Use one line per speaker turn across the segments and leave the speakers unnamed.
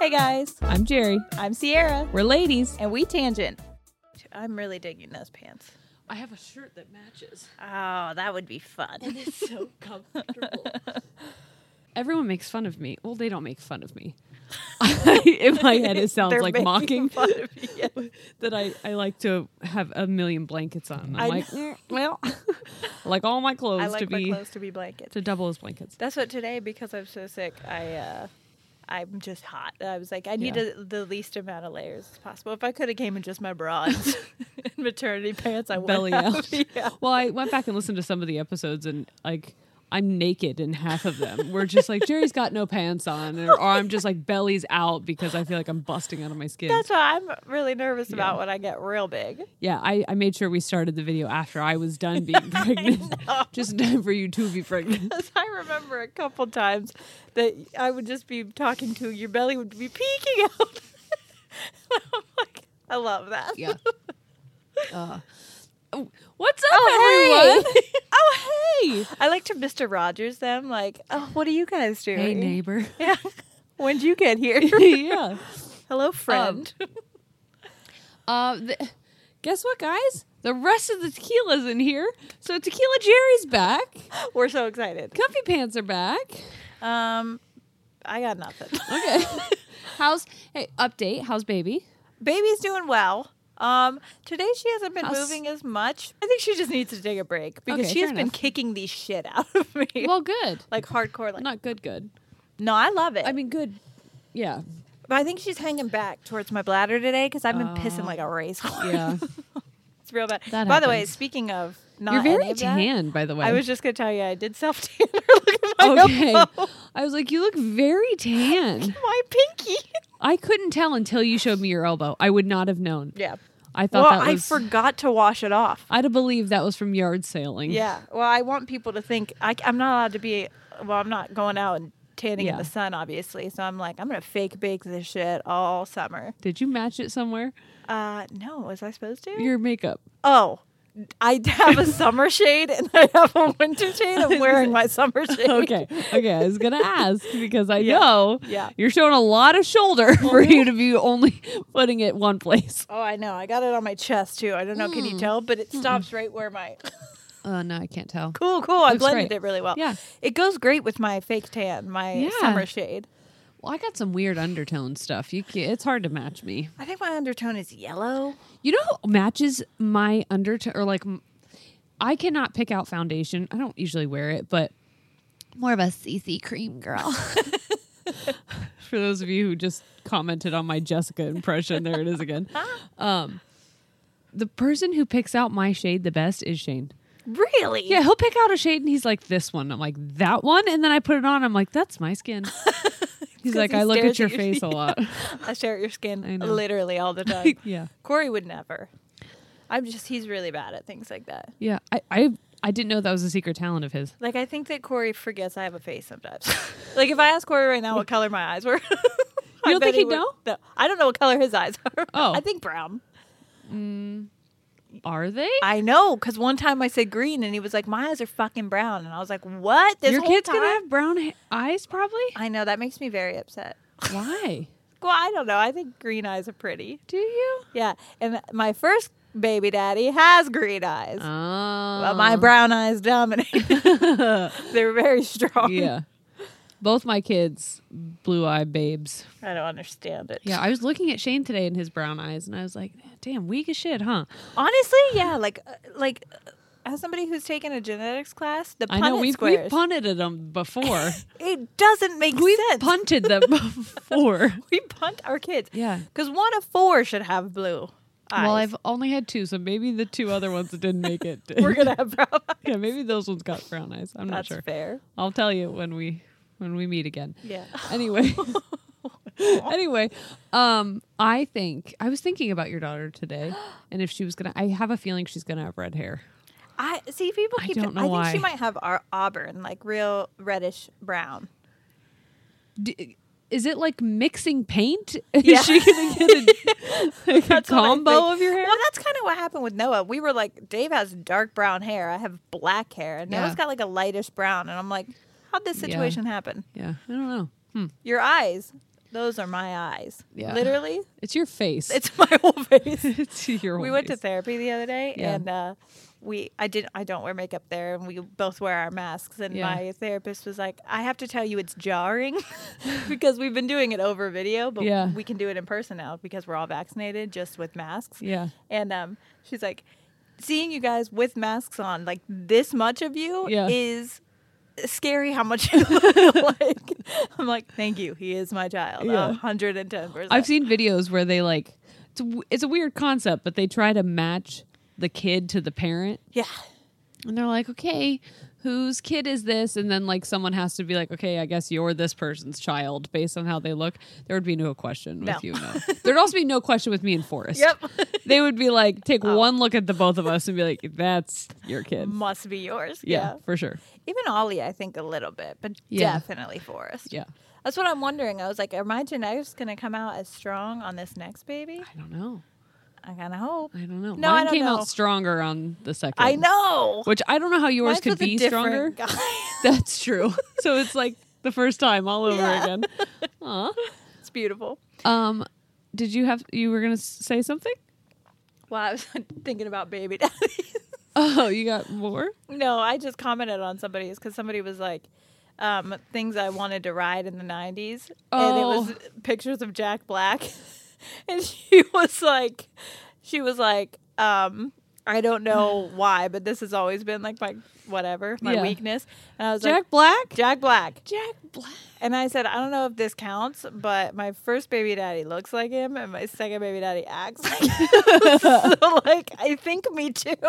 Hey guys,
I'm Jerry.
I'm Sierra,
We're ladies.
and we tangent. I'm really digging those pants.
I have a shirt that matches.
Oh, that would be fun.
So comfortable. Everyone makes fun of me. Well, they don't make fun of me. In my head, it sounds
They're
like
making
mocking
fun of you, yes.
that I, I like to have a million blankets on. I'm
I
like, "Mm, well, I like all my clothes
I like
to
my
be
clothes to be blankets.
to double as blankets.
That's what today because I'm so sick. I uh I'm just hot. I was like, I need
Yeah.
a, the least amount of layers as possible. If I could have came in just my bras and maternity pants, I would
Belly
have.
out.
Yeah.
Well, I went back and listened to some of the episodes, and like I'm naked in half of them. We're just like Jerry's got no pants on, or, or I'm just like belly's out because I feel like I'm busting out of my skin.
That's what I'm really nervous about when I get real big.
Yeah, I, I made sure we started the video after I was done being pregnant. Just for you to be pregnant.
'Cause I remember a couple times that I would just be talking to you, your belly would be peeking out. I'm like, I love that.
Yeah. Uh, oh, what's up,
Oh,
everyone? oh, hey.
I like to Mr. Rogers them, like, oh, what are you guys doing?
Hey, neighbor.
Yeah. When'd you get here?
yeah. Um,
Hello, friend.
Uh, th- guess what, guys? The rest of the tequila's in here. So Tequila Jerry's back.
We're so excited.
Comfy Pants are back.
Um, I got nothing.
Okay. how's, hey, update. How's baby?
Baby's doing well. Um, today she hasn't been
How's-
moving as much. I think she just needs to take a break because
Okay,
she has
fair
been
enough.
kicking the shit out of me.
Well, good.
like hardcore. Like
Not good, good.
no, I love it.
I mean, good. Yeah.
but I think she's hanging back towards my bladder today because I've been pissing
Oh.
like a racehorse.
Yeah.
it's real bad.
That
By the way,
happens.
speaking of not
You're very
any of that,
tan, by the way.
I was just gonna tell you I did self tan. Look at my
okay.
elbow,
I was like, you look very tan.
my pinky.
I couldn't tell until you showed me your elbow. I would not have known.
Yeah.
I thought
Well,
that
I
was.
forgot to wash it off.
I'd have believed that was from yard sailing.
Yeah. Well, I want people to think I, am not allowed to be. Well, I'm not going out and tanning in
Yeah.
the sun, obviously. So I'm like, I'm gonna fake bake this shit all summer.
Did you match it somewhere?
Uh, no, was I supposed to?
Your makeup.
oh, I have a summer shade and I have a winter shade. I'm wearing my summer shade.
Okay. Okay. I was gonna ask because I know
Yeah.
you're showing a lot of shoulder for you to be only putting it one place.
Oh, I know. I got it on my chest too. I don't know. Can
Hmm.
you tell? But it stops right where my.
Oh
Uh,
no, I can't tell.
Cool, cool. I
Looks
blended
great.
it really well.
Yeah.
It goes great with my fake tan, my
Yeah.
summer shade.
Well, I got some weird undertone stuff. You, ca it's hard to match me.
I think my undertone is yellow.
You know who matches my undertone or like m- I cannot pick out foundation. I don't usually wear it, but
More of a CC cream girl.
for those of you who just commented on my Jessica impression, there it is again. Um, the person who picks out my shade the best is Shane.
really?
Yeah, he'll pick out a shade and he's like, this one. I'm like, that one. And then I put it on. I'm like, that's my skin. He's like,
he
I look at
stares
your
at your-
face a lot.
I stare at your skin
know.
literally all the time.
yeah.
Corey would never. I'm just, he's really bad at things like that.
Yeah. I, I, I didn't know that was a secret talent of his.
Like, I think that Corey forgets I have a face sometimes. like, if I ask Corey right now what color my eyes were, you
don't think he'd know?
No, I don't know what color his eyes are.
Oh.
I think brown.
Are they?
I know, because one time I said green, and he was like, "My eyes are fucking brown," and I was like, "What?" This
your
whole
kid's
time?
gonna have brown ha- eyes, probably.
I know that makes me very upset.
Why
Well, I don't know. I think green eyes are pretty.
do you?
Yeah, and my first baby daddy has green eyes.
Oh,
Well, my
Um,
brown eyes dominate. They're very strong.
yeah. Both my kids, blue eye babes.
I don't understand it.
Yeah, I was looking at Shane today and his brown eyes, and I was like, "Damn, weak as shit, huh?"
honestly, yeah. Like, uh, like uh, as somebody who's taken a genetics class, the
I
Punnett
know we've,
squares
we've punted at them before.
it doesn't make
we've
sense.
punted them before.
we punt our kids.
Yeah.
because one of four should have blue. Eyes.
Well, I've only had two, so maybe the two other ones that didn't make it. did.
we're gonna have brown eyes.
yeah, maybe those ones got brown eyes. I'm not
That's
sure.
fair.
I'll tell you when we when we meet again.
Yeah.
anyway anyway um i think i was thinking about your daughter today and if she was gonna i have a feeling she's gonna have red hair
I see people
I
keep.
don't
I
know
think
why.
she might have our auburn, like real reddish brown.
D- is it like mixing paint
Yeah.
is she gonna get a, like a
That's what I
combo
think.
of your hair
Well, that's kind of what happened with Noah. We were like, Dave has dark brown hair. I have black hair. And Noah's
Yeah.
got like a lightish brown. And I'm like, how'd this situation happen?
yeah i don't know hmm.
Your eyes. Those are my eyes.
Yeah.
Literally,
it's your face
it's my whole face.
it's your
we
whole
went to
face.
therapy the other day
Yeah.
and uh, we I didn't I don't wear makeup there and we both wear our masks and
Yeah.
my therapist was like I have to tell you it's jarring because we've been doing it over video but
Yeah.
we can do it in person now because we're all vaccinated just with masks
yeah
and um she's like seeing you guys with masks on like this much of you
Yeah.
is scary how much you look like I'm like thank you he is my child
Yeah.
110%
I've seen videos where they like it's a, w- it's a weird concept, but they try to match the kid to the parent,
yeah
and they're like, okay, whose kid is this? And then like someone has to be like, okay, I guess you're this person's child based on how they look. There would be no question
No.
with you. No, there'd also be no question with me and Forrest.
Yep. Oh.
they would be like, take one look at the both of us and be like, that's your kid.
must be yours
Yeah, for sure.
Even Ollie, I think a little bit, but
Yeah.
definitely Forrest.
Yeah,
That's what I'm wondering. I was like, are my genetics going to come out as strong on this next baby?
I don't know.
I kind of hope.
I don't know.
No, I
Mine
don't
came
know.
out stronger on the second.
I know.
Which I don't know how yours
Mine's
could
with a
be
different
stronger.
guy.
That's true. so it's like the first time all over again. Aw.
it's beautiful.
Um, did you have you were gonna s- say something?
Well, I was thinking about baby daddies.
Oh, you got more?
no, I just commented on somebody's because somebody was like, um, things I wanted to ride in the 90s.
Oh.
And it was pictures of Jack Black. and she was like, she was like, um, I don't know why, but this has always been like my whatever, my
Yeah.
weakness. And I was like,
Jack Black?
Jack Black. Jack Black. And I said, I don't know if this counts, but my first baby daddy looks like him, and my second baby daddy acts like him. so, like, I think me too.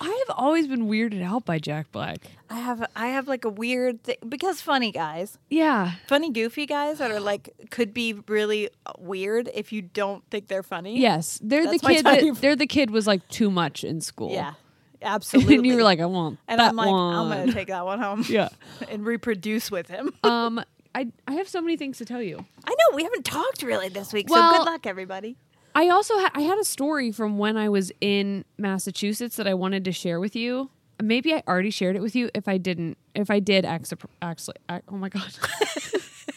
I have always been weirded out by Jack Black.
I have, I have like a weird thing because funny guys,
Yeah.
funny goofy guys that are like could be really uh, weird if you don't think they're funny.
Yes. They're
That's
the
my
kid that,
type.
they're the kid was like too much in school.
yeah, absolutely.
and you were like, I want
and
that
I'm like,
one.
I'm gonna take that one home.
Yeah.
and reproduce with him.
um I I have so many things to tell you.
I know we haven't talked really this week, so
Well-
good luck, everybody.
I also ha- I had a story from when I was in Massachusetts that I wanted to share with you. Maybe I already shared it with you. If I didn't, if I did, act, surp- actually, act, oh my god,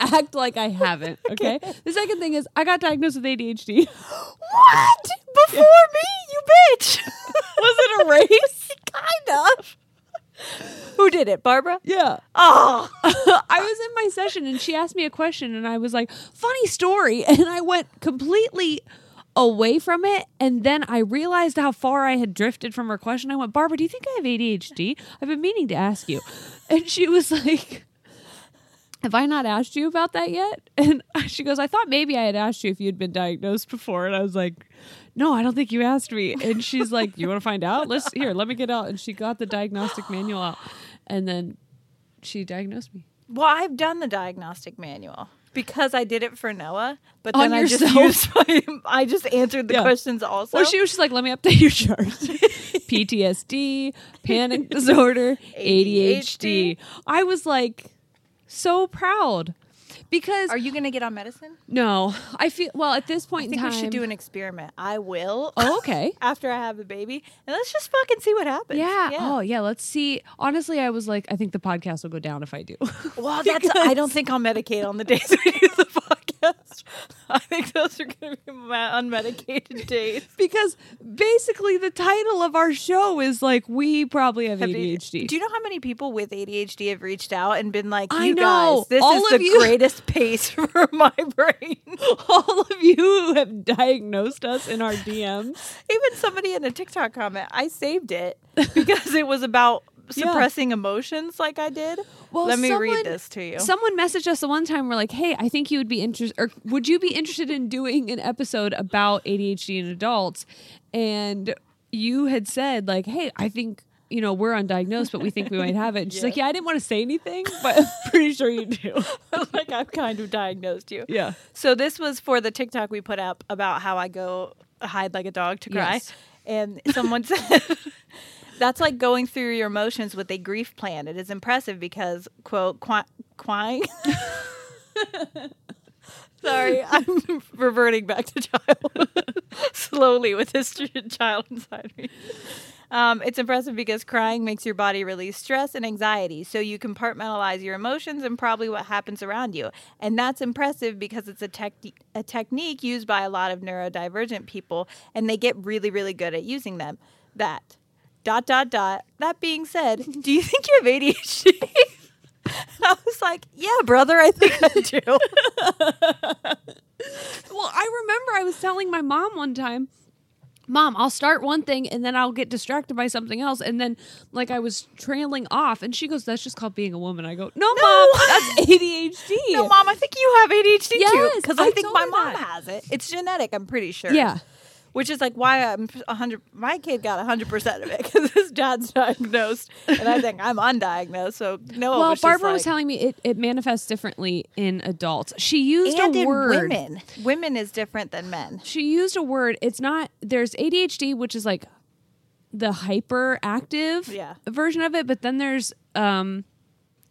act like I haven't. Okay. The second thing is I got diagnosed with ADHD.
What? Before me, you bitch. Was it a race? kind of. Who did it, Barbara?
yeah.
Oh,
I was in my session and she asked me a question and I was like, funny story. And I went completely away from it. And then I realized how far I had drifted from her question. I went, Barbara, do you think I have ADHD? I've been meaning to ask you. And she was like, Have I not asked you about that yet? And she goes, I thought maybe I had asked you if you'd been diagnosed before. And I was like, No, I don't think you asked me. And she's like, You want to find out? Let's here, let me get out. And she got the diagnostic manual out. And then she diagnosed me.
Well, I've done the diagnostic manual because I did it for Noah, but
On
then I just
yourself?
used my, I just answered the
Yeah.
questions also.
Well, she was just like, let me update your chart. PTSD, panic disorder, ADHD. I was like, so proud because
Are you going to get on medicine?
no, I feel well at this point
I think
in time.
we should do an experiment. I will.
oh, okay.
After I have the baby, and let's just fucking see what happens.
Yeah. Oh, yeah. Let's see. Honestly, I was like, I think the podcast will go down if I do.
Well, that's. I don't think I'll medicate on the days we do the podcast. I think those are going to be my unmedicated days.
because basically, the title of our show is like, we probably have ADHD.
Do you know how many people with ADHD have reached out and been like, "You
I know.
guys, this
All
is
of
the
you."
greatest pace for my brain."
all of you who have diagnosed us in our DMs.
Even somebody in a TikTok comment, I saved it because it was about suppressing emotions like I did.
Well,
Let me
someone-
read this to you.
Someone messaged us the one time. We're like, "Hey, I think you would be interested, or would you be interested in doing an episode about ADHD in adults?" And you had said, "Like, hey, I think you know we're undiagnosed, but we think we might have it." And she's like, "Yeah, I didn't want to say anything, but I'm pretty sure you do."
like I've kind of diagnosed you.
yeah,
So this was for the TikTok we put up about how I go hide like a dog to cry.
Yes.
And someone said that's like going through your emotions with a grief plan. It is impressive because quote qui- quine. Sorry, I'm reverting back to child slowly with this child inside me. Um, it's impressive because crying makes your body release stress and anxiety, so you compartmentalize your emotions and probably what happens around you. And that's impressive because it's a, tech- a technique used by a lot of neurodivergent people, and they get really, really good at using them. That. Dot, dot, dot. That being said, do you think you have ADHD? I was like, yeah, brother, I think I do.
Well, I remember I was telling my mom one time, Mom, I'll start one thing and then I'll get distracted by something else. And then, like, I was trailing off, and she goes, That's just called being a woman. I go, No, Mom, that's ADHD.
No, mom, I think you have ADHD too.
Yes,
Because
I
I think
told
my
her
mom
that.
has it. It's genetic, I'm pretty sure.
Yeah.
Which is like why I'm 100. My kid got 100% of it because his dad's diagnosed. And I think I'm undiagnosed. So no
Well,
was just
Barbara was
like-
telling me it, it manifests differently in adults. She used
and
a
in
word.
women. Women is different than men.
She used a word. It's not, there's ADHD, which is like the hyperactive
Yeah.
version of it, but then there's um,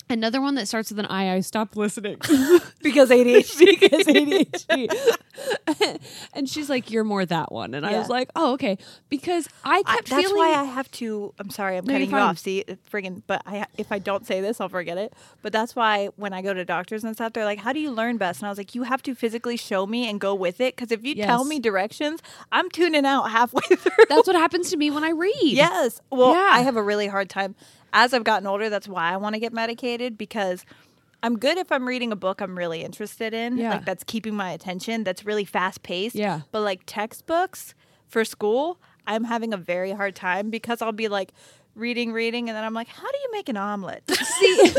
another one that starts with an I. I stopped listening.
Because ADHD.
because ADHD. and she's like, "You're more that one," and I
Yeah.
was like, "Oh, okay." Because I
I,
kept
that's
feeling
why I have to. I'm sorry, I'm
No, you're
cutting you
fine.
off. See, it friggin' but I, if I don't say this, I'll forget it. But that's why when I go to doctors and stuff, they're like, "How do you learn best?" And I was like, "You have to physically show me and go with it. Because if you tell
Yes.
me directions, I'm tuning out halfway through."
that's what happens to me when I read.
yes. Well,
Yeah.
I have a really hard time. As I've gotten older, that's why I want to get medicated because. I'm good if I'm reading a book I'm really interested in,
Yeah.
like that's keeping my attention, that's really fast paced.
Yeah.
But like textbooks for school, I'm having a very hard time because I'll be like reading, reading, and then I'm like, how do you make an omelet?
See,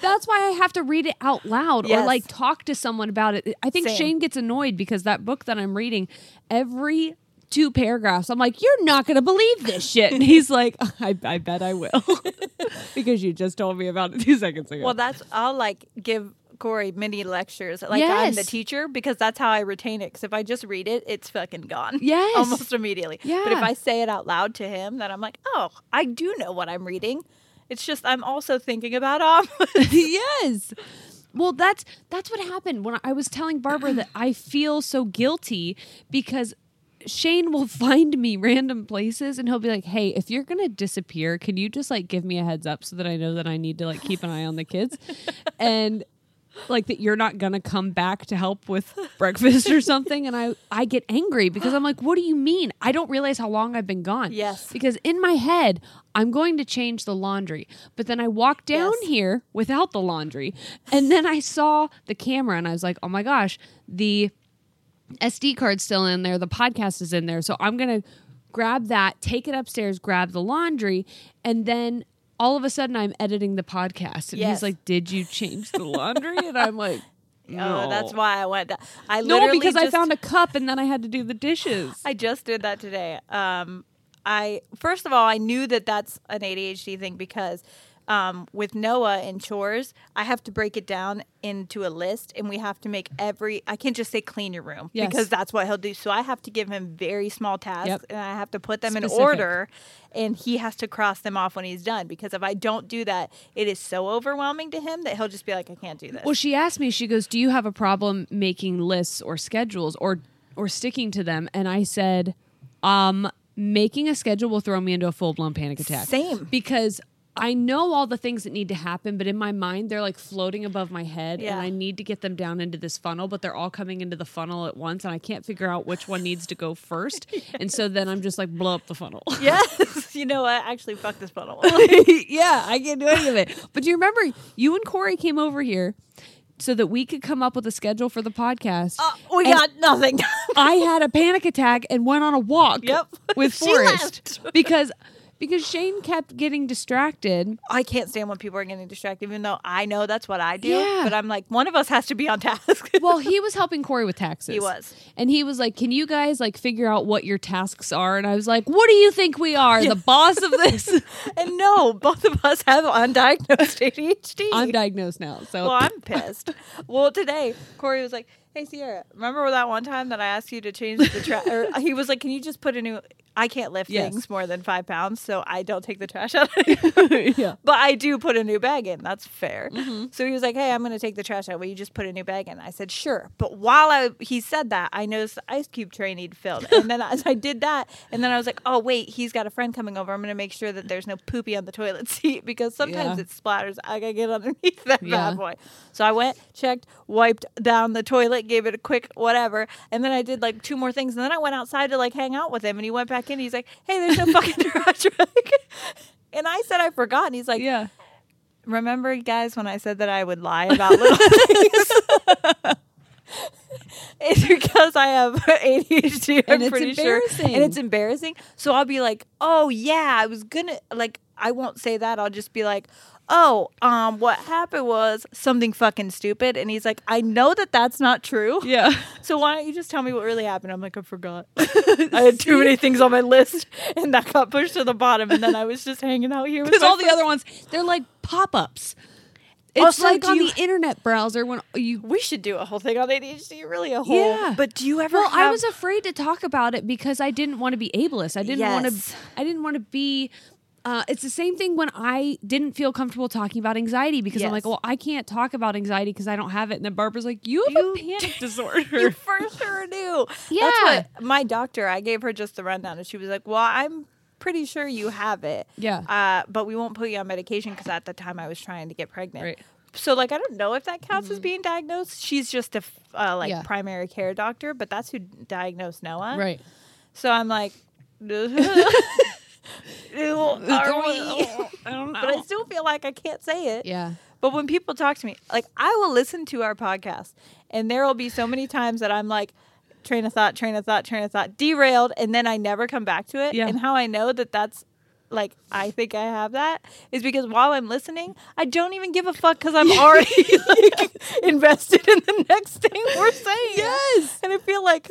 that's why I have to read it out loud or
Yes.
like talk to someone about it. I think
Same.
Shane gets annoyed because that book that I'm reading, every two paragraphs, I'm like, "You're not going to believe this shit," and he's like, "I, I bet I will," because you just told me about it two seconds ago.
well, that's, I'll like give Corey mini lectures. Like I'm the
Yes.
teacher because that's how I retain it. Because if I just read it, it's fucking gone.
Yes.
Almost immediately. But if
Yeah.
I say it out loud to him, then I'm like, oh, I do know what I'm reading. It's just I'm also thinking about omelets.
yes. Well, that's that's what happened when I was telling Barbara that I feel so guilty because Shane will find me random places and he'll be like, "Hey, if you're going to disappear, can you just like give me a heads up so that I know that I need to like keep an eye on the kids?" and like that you're not going to come back to help with breakfast or something and I I get angry because I'm like, "What do you mean? I don't realize how long I've been gone."
Yes.
Because in my head, I'm going to change the laundry, but then I walk down
Yes.
here without the laundry and then I saw the camera and I was like, "Oh my gosh, the SD card's still in there. The podcast is in there. So I'm going to grab that, take it upstairs, grab the laundry, and then all of a sudden I'm editing the podcast. And
Yes.
he's like, Did you change the laundry? and I'm like,
Oh, that's
"No."
why I went. I
No,
literally
because I
just-
found a cup and then I had to do the dishes.
I just did that today. Um, I first of all, I knew that that's an ADHD thing because um, with Noah and chores, I have to break it down into a list, and we have to make every. I can't just say clean your room
Yes.
because that's what he'll do. So I have to give him very small tasks,
Yep.
and I have to put them in
Specific.
order, and he has to cross them off when he's done. Because if I don't do that, it is so overwhelming to him that he'll just be like, "I can't do this."
Well, she asked me, she goes, Do you have a problem making lists or schedules or or sticking to them? And I said, Um, making a schedule will throw me into a full blown panic attack.
Same.
Because I know all the things that need to happen, but in my mind they're like floating above my head
Yeah.
and I need to get them down into this funnel, but they're all coming into the funnel at once and I can't figure out which one needs to go first. And so then I'm just like blow up the funnel.
yes, you know what? Actually, fuck this funnel.
yeah, I can't do any of it. But do you remember you and Corey came over here so that we could come up with a schedule for the podcast?
we got nothing.
I had a panic attack and went on a walk
Yep.
with
She
Forrest because because Shane kept getting distracted.
I can't stand when people are getting distracted, even though I know that's what I do.
Yeah.
But I'm like, one of us has to be on task.
Well, he was helping Corey with taxes.
He was.
And he was like, "Can you guys like figure out what your tasks are?" And I was like, "What do you think we are? The boss of this?"
and no, both of us have undiagnosed ADHD.
I'm diagnosed now. So
well, I'm pissed. well, today Corey was like, "Hey Sierra, remember that one time that I asked you to change the trash?" or he was like, "Can you just put a new?" I can't lift
Yes.
things more than five pounds, so I don't take the trash out. yeah. But I do put a new bag in. That's fair.
Mm-hmm.
So he was like, "Hey, I'm going to take the trash out. Will you just put a new bag in?" I said, "Sure." But while I he said that, I noticed the ice cube tray needed filled, and then as I did that, and then I was like, "Oh wait, he's got a friend coming over. I'm going to make sure that there's no poopy on the toilet seat because sometimes
Yeah.
it splatters. I got to get underneath that
Yeah.
bad boy." So I went, checked, wiped down the toilet, gave it a quick whatever, and then I did like two more things, and then I went outside to like hang out with him, and he went back in. He's like, "Hey, there's no fucking trash rag," and I said I forgot, and he's like,
yeah.
"Remember, guys, when I said that I would lie about little things?" It's because I have ADHD. I'm
And it's
pretty sure, and
embarrassing.
it's embarrassing. So I'll be like, "Oh yeah, I was gonna like, I won't say that. I'll just be like." Oh, um, what happened was something fucking stupid, and he's like, "I know that that's not true,
Yeah.
so why don't you just tell me what really happened?" I'm like, "I forgot. I had too many things on my list, and that got pushed to the bottom, and then I was just hanging out here with
because
my
all the
friends."
other ones they're like pop-ups it's
Also,
like
do
on
you-
the internet browser when you
We should do a whole thing on ADHD, really a whole.
Yeah.
But do you ever?
well i
have-
was afraid to talk about it because i didn't want to be ableist i didn't want
Yes.
to i didn't want to be uh, it's the same thing when i didn't feel comfortable talking about anxiety because i'm like
Yes.
well i can't talk about anxiety because i don't have it and then barbara's like you have a panic disorder
you for sure do.
Yeah.
That's what my doctor, I gave her just the rundown and she was like, Well, I'm pretty sure you have it.
Yeah.
Uh, but we won't put you on medication because at the time I was trying to get pregnant.
Right.
So like I don't know if that counts as being diagnosed. She's just a f- uh, like
Yeah.
primary care doctor, but that's who diagnosed Noah.
right
So I'm like, are we?
i don't know
But I still feel like I can't say it.
yeah
But when people talk to me, like I will listen to our podcast, and there will be so many times that I'm like, train of thought, train of thought, train of thought, derailed, and then I never come back to it.
Yeah.
And how I know that that's like I think I have that is because while I'm listening, I don't even give a fuck because I'm already like invested in the next thing we're saying. Yes. And I feel like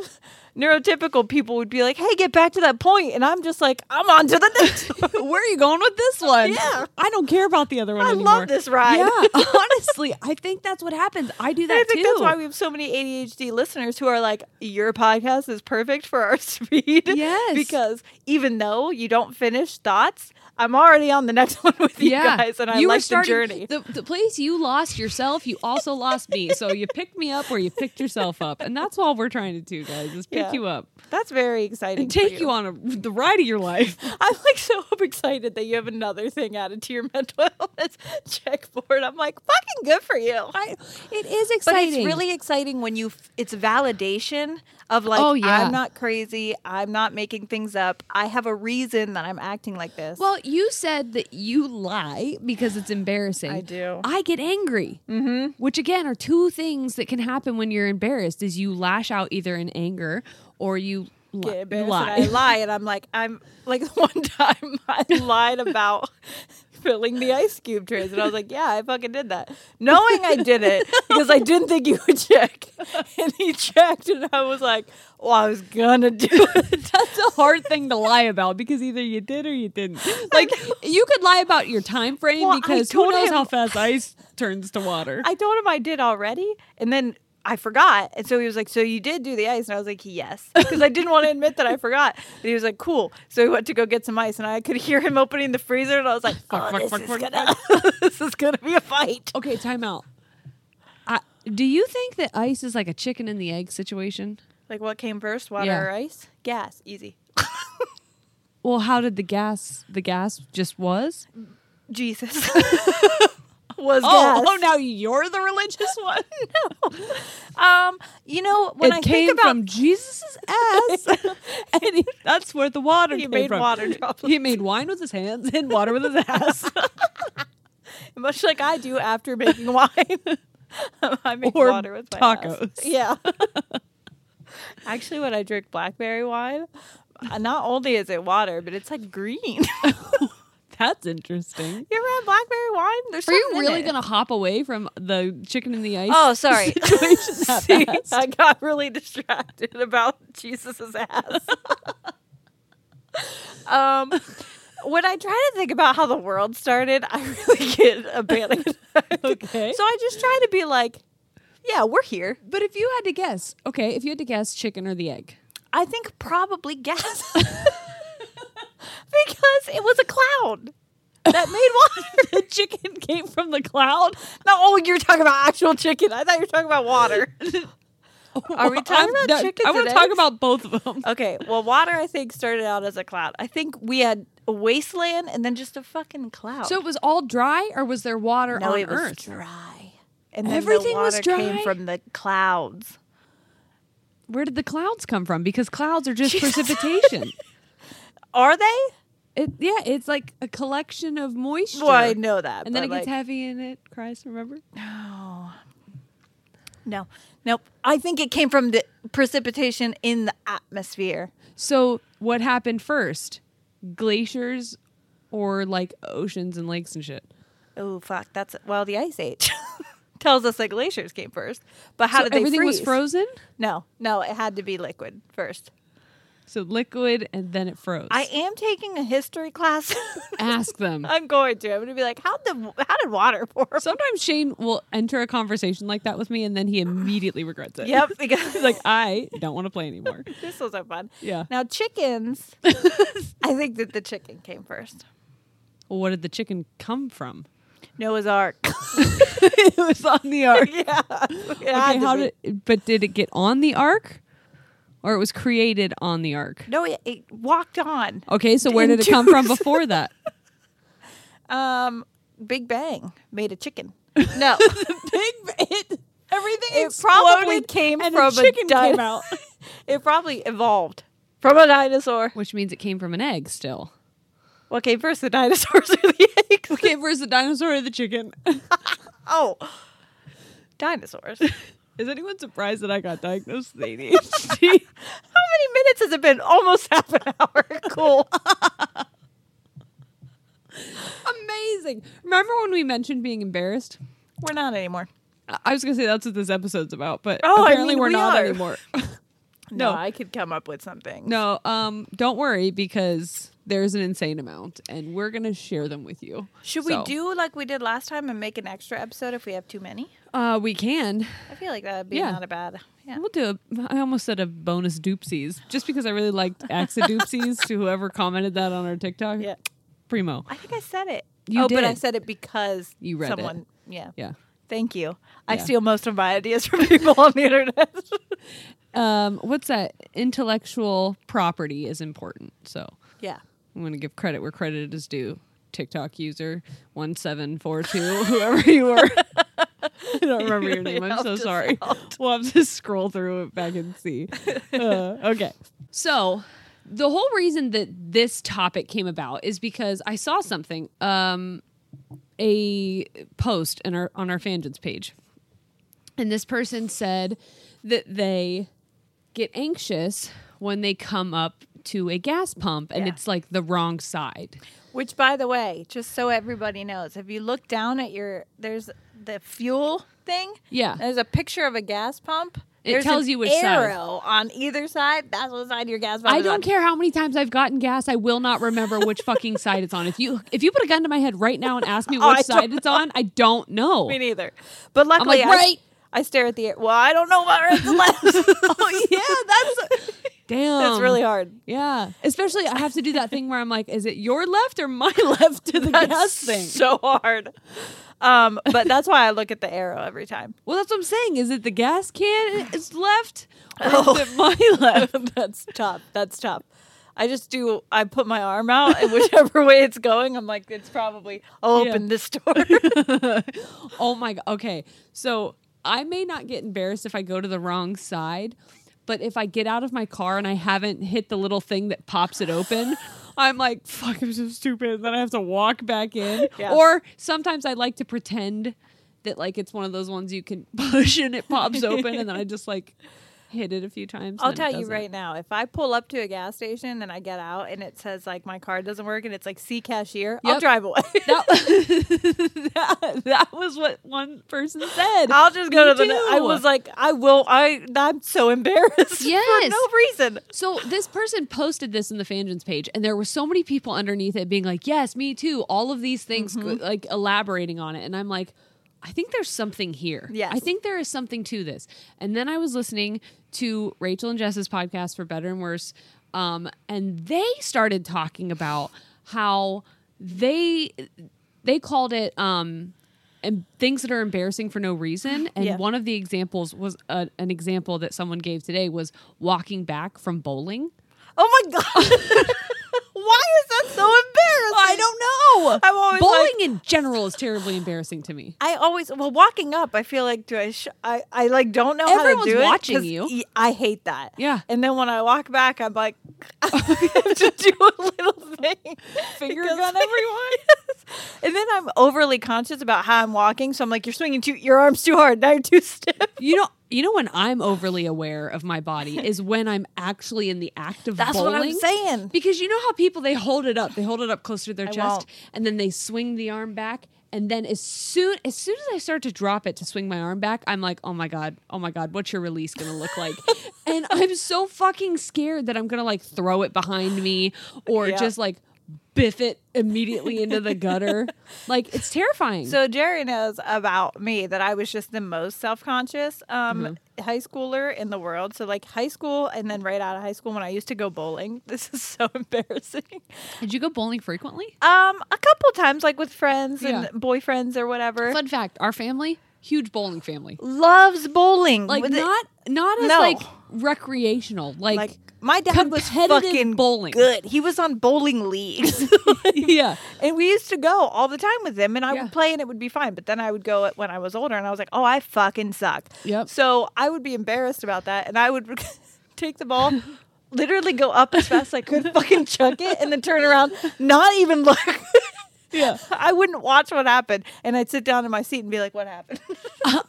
neurotypical people would be like, "Hey, get back to that point," and I'm just like, "I'm on to the next." one."
where are you going with this one?
Yeah.
I don't care about the other one.
I
anymore.
love this ride.
Yeah, honestly, I think that's what happens. I do that
I think
too.
that's why we have so many ADHD listeners who are like, "Your podcast is perfect for our speed."
Yes.
because even though you don't finish thoughts, I'm already on the next one with you guys, and I
You were
like
starting-
the journey.
The, the place you lost yourself, you also lost me. So you picked me up where you picked yourself up, and that's all we're trying to do, guys. Is pick
Yeah.
pick you up
That's very exciting.
and take you.
on.
on a, the ride of your life.
I'm like so excited that you have another thing added to your mental illness checkboard. I'm like, fucking good for you. I,
It is
but
exciting.
it's really exciting when you, f- it's validation of like,
Oh, yeah.
I'm not crazy. I'm not making things up. I have a reason that I'm acting like this.
Well, you said that you lie because it's embarrassing.
I do.
I get angry,
mm-hmm.
which again are two things that can happen when you're embarrassed: is you lash out either in anger or you li-
get embarrassed
lie.
and I lie and I'm like I'm like one time I lied about filling the ice cube trays and I was like, yeah, I fucking did that. Knowing I did it because I didn't think he would check. And he checked and I was like, well, I was gonna do it.
That's a hard thing to lie about because either you did or you didn't. Like you could lie about your time frame
Well, I
because
told
who knows
him-
how fast ice turns to water.
I told him I did already and then I forgot. And so he was like, So you did do the ice? And I was like, Yes. Because I didn't want to admit that I forgot. And he was like, Cool. So he went to go get some ice. And I could hear him opening the freezer. And I was like, Oh, this, is gonna, this is going to be a fight.
okay, time out. I, do you think that ice is like a chicken and the egg situation?
Like what came first, water
Yeah.
or ice? Gas, easy.
Well, how did the gas the gas just was?
Jesus was
Oh,
gas.
oh, now you're the religious one.
Um, you know when
it
I
came
think about
from Jesus's ass, and he, that's where the water
He
came
made
from.
water droplets.
He made wine with his hands and water with his ass,
much like I do after making wine, I make
Or
water with my ass.
tacos.
Yeah. Actually, when I drink blackberry wine, uh, not only is it water, but it's like green. you ever
that's interesting.
had blackberry wine? There's
Are you
something in
really
it.
gonna hop away from the chicken and the ice?
Oh, sorry.
situation that
See,
fast?
I got really distracted about Jesus's ass. um, when I try to think about how the world started, I really get a panic attack.
Okay.
So I just try to be like, yeah, we're here.
But if you had to guess, okay, if you had to guess, chicken or the egg?
I think probably gas. because it was a cloud that made water.
Chicken came from the cloud.
no, oh, you're talking about actual chicken. I thought you were talking about water. Are we talking about
no,
chickens
I want
and
to talk
eggs?
about both of them.
Okay, well, water I think started out as a cloud. I think we had a wasteland and then just a fucking cloud.
So it was all dry, or was there water
no,
on
it was
Earth?
dry, and then
Everything
the
was
water
dry?
came from the clouds.
Where did the clouds come from? Because clouds are just precipitation.
Are they?
It, yeah, it's like a collection of moisture.
Well, I know that,
And then it
but,
gets
like,
heavy and it cries, remember?
No, nope. I think it came from the precipitation in the atmosphere.
So what happened first? Glaciers or like oceans and lakes and shit?
Oh fuck, that's well, the ice age tells us that glaciers came first. But how
So
did they
everything was
freeze?
frozen?
No, no, it had to be liquid first.
So liquid and then it froze.
I am taking a history class.
ask them.
I'm going to. I'm going to be like, how the how did water form?
Sometimes Shane will enter a conversation like that with me and then he immediately regrets it.
Yep, because
He's like, I don't want to play anymore.
this was so fun.
Yeah.
Now chickens. I think that the chicken came first.
Well, what did the chicken come from?
Noah's Ark.
it was on the ark.
yeah.
Okay, how did but did it get on the ark? Or it was created on the ark?
No, it, it walked on.
Okay, so where did it
Into-
come from before that?
Um, Big Bang made a chicken. No, Big it, everything it probably
exploded
came
and a
from a,
chicken
di-
came out.
it probably evolved from a dinosaur.
Which means it came from an egg still.
What came first, the dinosaurs or the eggs?
Okay, where's the dinosaur or the chicken?
Oh, dinosaurs.
Is anyone surprised that I got diagnosed with ADHD?
How many minutes has it been? Almost half an hour. Cool.
Amazing. Remember when we mentioned being embarrassed?
We're not anymore.
I- I was gonna say that's what this episode's about, but
Oh, I
apparently
mean,
we're
we
not
are.
anymore.
No,
No.
I could come up with something.
no, um, don't worry because there's an insane amount, and we're gonna share them with you.
Should
So,
we do like we did last time and make an extra episode if we have too many?
Uh, we can.
I feel like that would be
Yeah.
not a bad. Yeah.
We'll do a. I almost said a bonus doopsies, just because I really liked axa doopsies to whoever commented that on our TikTok.
Yeah.
primo.
I think I said it.
You
oh, but I
did.
said it because
You read it.
someone, Yeah.
Yeah.
Thank you. I
Yeah.
steal most of my ideas from people on the internet.
Um, what's that? Intellectual property is important. So
yeah.
I'm going to give credit where credit is due. TikTok user 1742, whoever you were. I don't remember your name. I'm so sorry. We'll have to scroll through it back and see. Uh, okay. So, the whole reason that this topic came about is because I saw something, um, a post in our, on our Fangents page. And this person said that they get anxious when they come up to a gas pump and it's like the wrong side.
Which, by the way, just so everybody knows, if you look down at your, there's the fuel thing.
Yeah.
There's a picture of a gas pump.
It
There's
tells
an
you which side.
arrow on either side. That's what side your gas pump.
I
is on.
don't care how many times I've gotten gas, I will not remember which fucking side it's on. If you if you put a gun to my head right now and ask me
Oh, I
which
don't
side it's on, I don't know.
Me neither. But luckily,
like,
I-
right.
I, stare at the. Well, I don't know about right to left. oh yeah, that's
Damn.
that's really hard.
Yeah. Especially I have to do that thing where I'm like, is it your left or my left to the gas thing?
so hard. Um, but that's why I look at the arrow every time.
Well, that's what I'm saying. Is it the gas can is left or
Oh.
is it my left?
that's tough. That's tough. I just do. I put my arm out, and whichever way it's going, I'm like, it's probably. I'll
Yeah.
open this door.
oh my god. Okay. So I may not get embarrassed if I go to the wrong side, but if I get out of my car and I haven't hit the little thing that pops it open, I'm like, fuck, I'm so stupid. Then I have to walk back in.
Yeah.
Or sometimes I like to pretend that like it's one of those ones you can push and it pops open and then I just like hit it a few times. and
I'll
then it
tell you
doesn't.
right now, if I pull up to a gas station and I get out and it says like my card doesn't work and it's like see cashier, I'll
Yep.
drive away.
That, that, that was what one person said.
I'll just go
Me
to the. I
too.
was like, I will. I I'm so embarrassed for
Yes.
no reason.
So this person posted this in the Fangens page, and there were so many people underneath it being like, "Yes, me too." All of these things, like elaborating on it, and I'm like, I think there's something here.
Yes.
I think there is something to this. And then I was listening to Rachel and Jess's podcast for Better and Worse, um, and they started talking about how they they called it. Um, and things that are embarrassing for no reason. And
Yeah.
one of the examples was uh, an example that someone gave today was walking back from bowling.
Oh my god! Why is that so embarrassing? I don't know. I'm always
Bowling
like,
in general is terribly embarrassing to me.
I always well walking up. I feel like do I? Sh- I I like don't know how
Everyone's
to do
watching
it. 'cause
you.
y- I hate that.
Yeah.
And then when I walk back, I'm like, I have to do a little thing,
Finger
Because-
gun everyone.
Yes. And then I'm overly conscious about how I'm walking, so I'm like, you're swinging too, your arms too hard. Now you're too stiff.
You know, you know when I'm overly aware of my body is when I'm actually in the act of
That's
bowling.
what I'm saying.
Because you know how people they hold it up, they hold it up close to their chest,
won't.
and then they swing the arm back. And then as soon as soon as I start to drop it to swing my arm back, I'm like, oh my god, oh my god, what's your release gonna look like? and I'm so fucking scared that I'm gonna like throw it behind me or
Yeah.
just like biff it immediately into the gutter. like it's terrifying.
So Jerry knows about me that I was just the most self-conscious um,
Mm-hmm.
high schooler in the world. So like high school and then right out of high school when I used to go bowling. This is so embarrassing.
did you go bowling frequently?
Um, a couple times like with friends
Yeah.
and boyfriends or whatever.
Fun fact: Our family, huge bowling family.
Loves bowling.
Like
With it-
not not as
No.
like recreational. Like,
like my dad was
competitive
fucking
bowling.
good. He was on bowling leagues.
yeah,
And we used to go all the time with him, and I
Yeah.
would play, and it would be fine. But then I would go when I was older, and I was like, "Oh, I fucking suck."
Yep.
So I would be embarrassed about that, and I would take the ball, literally go up as fast as I could, fucking chuck it, and then turn around, not even look.
yeah.
I wouldn't watch what happened, and I'd sit down in my seat and be like, "What happened?"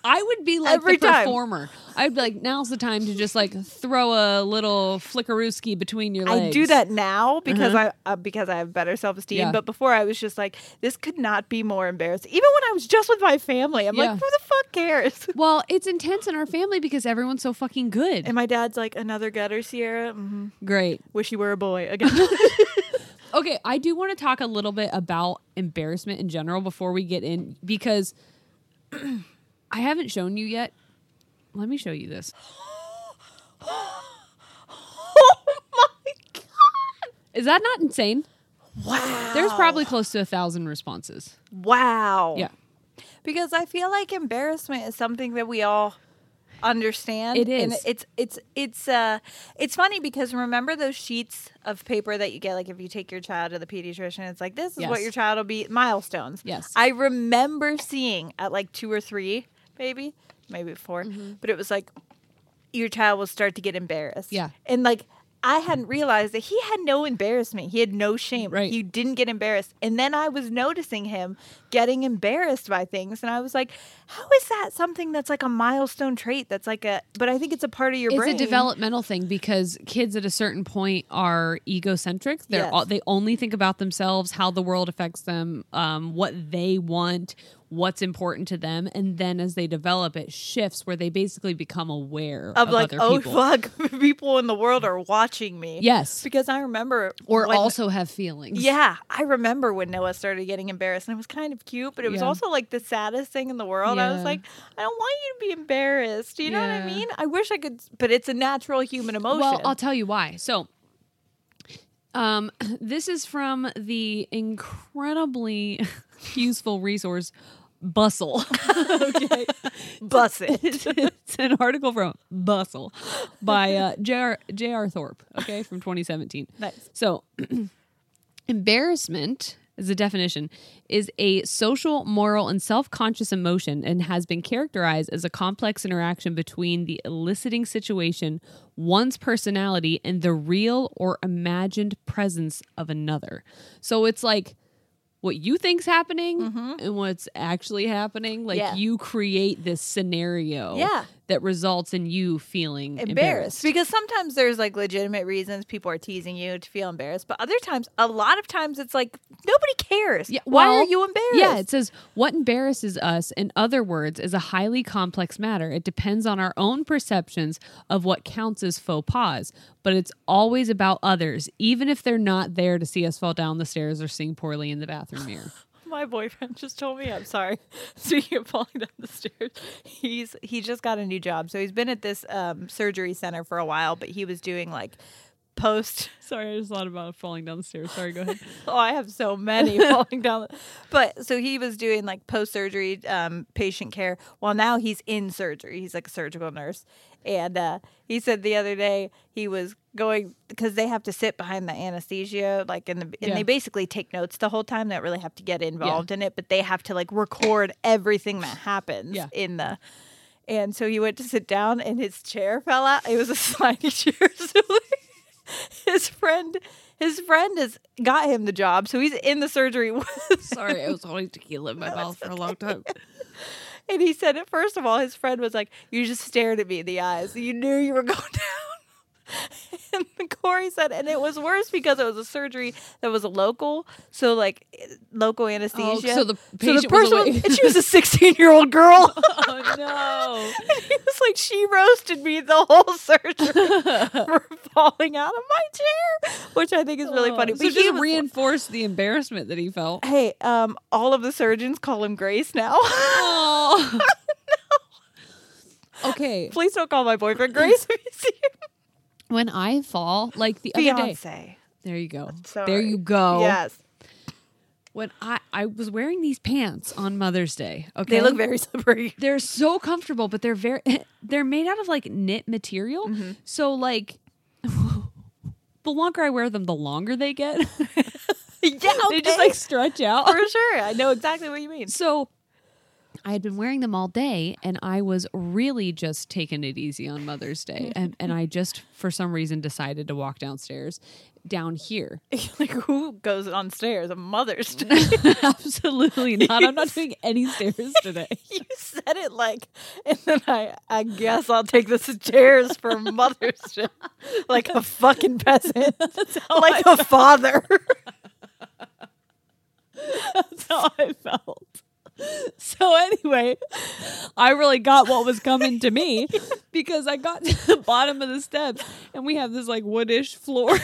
I would be like
Every
the
time.
performer. I'd be like, now's the time to just like throw a little flickerooski between your legs.
I do that now because I uh, because I have better self esteem.
Yeah.
But before I was just like, "This could not be more embarrassing." Even when I was just with my family, I'm like,
Yeah.
"Who the fuck cares?"
Well, it's intense in our family because everyone's so fucking good.
And my dad's like, another gutter, Sierra. hmm
Great.
Wish you were a boy again.
Okay, I do want to talk a little bit about embarrassment in general before we get in because I haven't shown you yet. Let me show you this.
oh my god!
Is that not insane?
Wow. Ah.
There's probably close to a thousand responses.
wow.
Yeah.
because I feel like embarrassment is something that we all understand.
It
And
is.
it's it's it's uh it's funny because remember those sheets of paper that you get like if you take your child to the pediatrician, it's like this is what
Yes.
your child will be milestones.
Yes.
I remember seeing at like two or three, maybe, maybe 4
Mm-hmm.
but it was like your child will start to get embarrassed.
Yeah.
And like I hadn't realized that he had no embarrassment. He had no shame.
Right.
He didn't get embarrassed. And then I was noticing him getting embarrassed by things. And I was like, how is that something that's like a milestone trait? That's like a, but I think it's a part of your
it's
brain.
a developmental thing because kids at a certain point are egocentric. They're
Yes.
all, they only think about themselves, how the world affects them, um, what they want, what's important to them, and then as they develop, it shifts where they basically become aware
Of,
of,
like,
other
oh,
people.
fuck, people in the world are watching me.
Yes,
Because I remember.
or
when-
also have feelings.
Yeah, I remember when Noah started getting embarrassed, and it was kind of cute, but it was
Yeah.
also like the saddest thing in the world. I was
Yeah.
like, I don't want you to be embarrassed. You know what I
Yeah.
mean? I wish I could, but it's a natural human emotion.
Well, I'll tell you why. So, um, this is from the incredibly useful resource Bustle. okay.
bus it.
it's, it's an article from Bustle by uh, J.R. J.R. Thorpe, okay, from 2017.
Nice.
So, embarrassment is a definition is a social, moral, and self-conscious emotion and has been characterized as a complex interaction between the eliciting situation, one's personality, and the real or imagined presence of another. So it's like what you think's happening and what's actually happening. Like
Mm-hmm. Yeah.
you create this scenario
Yeah.
that results in you feeling
Embarrassed.
embarrassed.
because sometimes there's like legitimate reasons people are teasing you to feel embarrassed, but other times, a lot of times, it's like nobody cares.
Yeah,
Why are
well,
you embarrassed?
Yeah, it says what embarrasses us, in other words, is a highly complex matter. It depends on our own perceptions of what counts as faux pas, but it's always about others, even if they're not there to see us fall down the stairs or sing poorly in the bathroom mirror.
My boyfriend just told me. I'm sorry. Speaking of falling down the stairs, he's he just got a new job. So he's been at this um, surgery center for a while, but he was doing like post.
Sorry, I just thought about falling down the stairs. Sorry, go ahead.
Oh, I have so many falling down. the- But so he was doing like post surgery um, patient care. Well, now he's in surgery. He's like a surgical nurse, and uh, he said the other day he was going because they have to sit behind the anesthesia, like in the and
Yeah.
they basically take notes the whole time. They don't really have to get involved in it, but they have to like record everything that happens
Yeah.
in the. And so he went to sit down, and his chair fell out. It was a sliding chair, so his friend his friend has got him the job so he's in the surgery with
Sorry, I was holding tequila in my mouth for a long time.
and he said it first of all his friend was like you just stared at me in the eyes you knew you were going down and corey said and it was worse because it was a surgery that was a local so like local anesthesia
Oh, so the patient was awake.
and she was a 16 year old girl
Oh no!
And he was like, she roasted me the whole surgery for falling out of my chair, which I think is really funny.
Oh, So
But he
just
was-
reinforced the embarrassment that he felt.
Hey, um, all of the surgeons call him Grace now.
Oh. Okay.
Please don't call my boyfriend Grace if you see him.
When I fall, like the other day,
Beyonce.
there you go. There
sorry.
you go.
Yes.
When I I was wearing these pants on Mother's Day. Okay.
They look very slippery.
They're so comfortable, but they're very. They're made out of like knit material.
Mm-hmm.
So like, the longer I wear them, the longer they get.
yeah,
they just like stretch out.
for sure. I know exactly what you mean.
So I had been wearing them all day and I was really just taking it easy on Mother's Day. And, and I just, for some reason, decided to walk downstairs down here.
like, who goes on stairs? A mother's day.
Absolutely not. I'm not doing any stairs today.
you said it like, and then I, I guess I'll take the stairs for Mother's Day, like a fucking peasant, like a father.
That's how I felt. So anyway, I really got what was coming to me because I got to the bottom of the steps and we have this like woodish floor.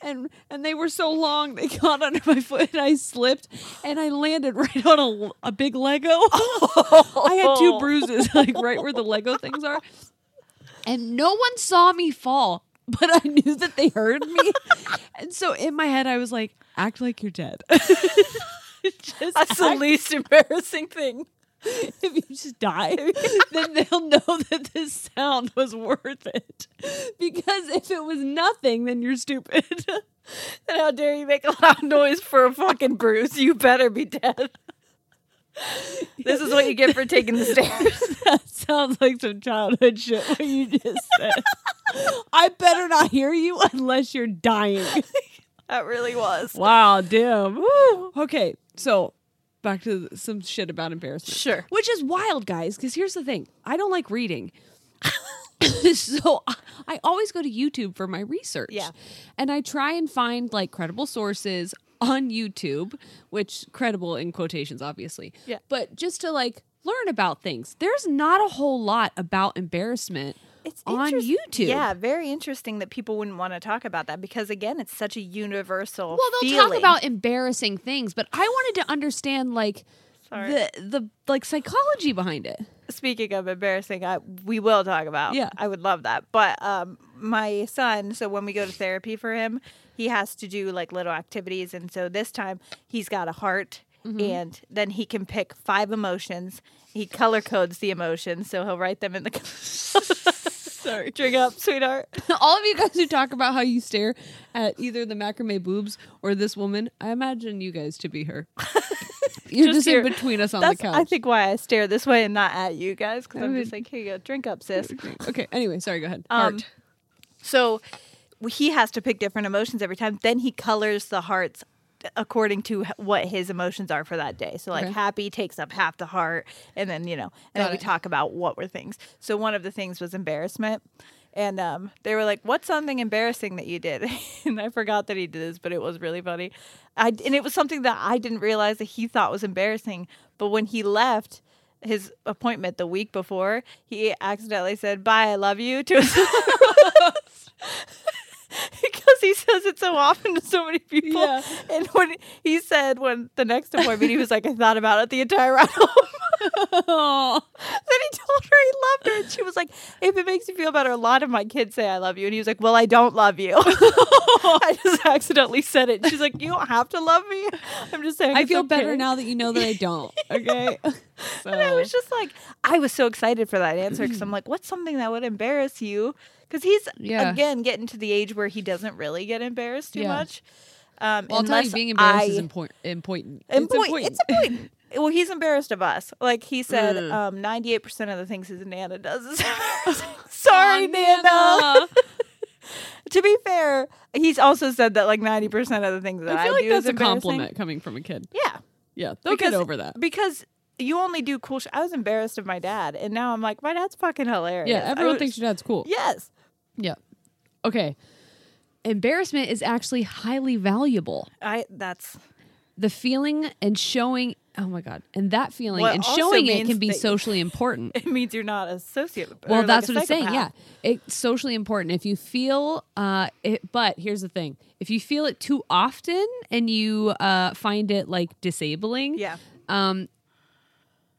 And, and they were so long they got under my foot and I slipped and I landed right on a, a big Lego. I had two bruises like right where the Lego things are. And no one saw me fall, but I knew that they heard me. and so in my head I was like act like you're dead.
That's the least embarrassing thing.
if you just die, then they'll know that this sound was worth it. Because if it was nothing, then you're stupid.
And how dare you make a loud noise for a fucking bruise? You better be dead. this is what you get for taking the stairs.
that sounds like some childhood shit what you just said. I better not hear you unless you're dying.
That really was.
Wow, damn. Woo. Okay, so back to th- some shit about embarrassment.
Sure.
Which is wild, guys, because here's the thing I don't like reading. so I- I always go to YouTube for my research.
Yeah.
And I try and find like credible sources on YouTube, which credible in quotations, obviously.
Yeah.
But just to like learn about things. There's not a whole lot about embarrassment
It's
on
interest-
YouTube.
Yeah, very interesting that people wouldn't want to talk about that because again, it's such a universal.
Well, they'll talk
feeling.
about embarrassing things, but I wanted to understand like
Sorry.
the the like psychology behind it.
Speaking of embarrassing, I, we will talk about.
Yeah.
I would love that. But um, my son, so when we go to therapy for him, he has to do like little activities, and so this time he's got a heart, and then he can pick five emotions. He color codes the emotions, so he'll write them in the. Sorry, drink up, sweetheart.
All of you guys who talk about how you stare at either the macrame boobs or this woman, I imagine you guys to be her. You're just,
Just here.
in between us on
That's
the couch.
I think why I stare this way and not at you guys because
I
I'm
would-
just like, here you go, drink up, sis.
okay. Anyway, sorry. Go ahead.
Um,
Heart.
So he has to pick different emotions every time. Then he colors the hearts according to h- what his emotions are for that day. So like
Okay.
happy takes up half the heart and then, you know, and then we talk about what were things. So one of the things was embarrassment. And um, they were like, "What's something embarrassing that you did?" and I forgot that he did this, but it was really funny. I and it was something that I didn't realize that he thought was embarrassing. But when he left his appointment the week before, he accidentally said, "Bye, I love you" to his because he says it so often to so many people.
Yeah.
And when he said when the next appointment, he was like, I thought about it the entire ride home.
Aw.
then he told her he loved her, and she was like, If it makes you feel better, a lot of my kids say I love you, and he was like, Well, I don't love you. I just accidentally said it. She's like, You don't have to love me. I'm just saying.
I
it's
feel
okay."
better now that you know that I don't. Okay. so
And I was just like, I was so excited for that answer because I'm like, what's something that would embarrass you? Because he's
Yeah.
again getting to the age where he doesn't really get embarrassed too
Yeah.
much. Um,
well, I'll tell you,
unless
being embarrassed is
I-
important. Important.
Employ- It's a point. well, he's embarrassed of us. Like he said,
Mm.
um, 98% of the things his Nana does is embarrassing. Sorry, Nana. to be fair, he's also said that like 90% of the things that I,
I feel like
do is
that's a
embarrassing.
compliment coming from a kid.
Yeah.
Yeah, they'll
because,
get over that.
Because you only do cool shit. I was embarrassed of my dad, and now I'm like, my dad's fucking hilarious.
Yeah,
I
everyone
was-
thinks your dad's cool.
Yes.
Yeah. Okay. Embarrassment is actually highly valuable.
I that's
The feeling and showing, oh my God, and that feeling
Well, it
and
also
showing it
means
can be
that-
socially important.
it means you're not a sociopath. or,
well,
like,
that's
a
what it's saying. Yeah.
psychopath.
It's socially important. If you feel, uh, it, but here's the thing if you feel it too often and you uh, find it like disabling,
Yeah.
um,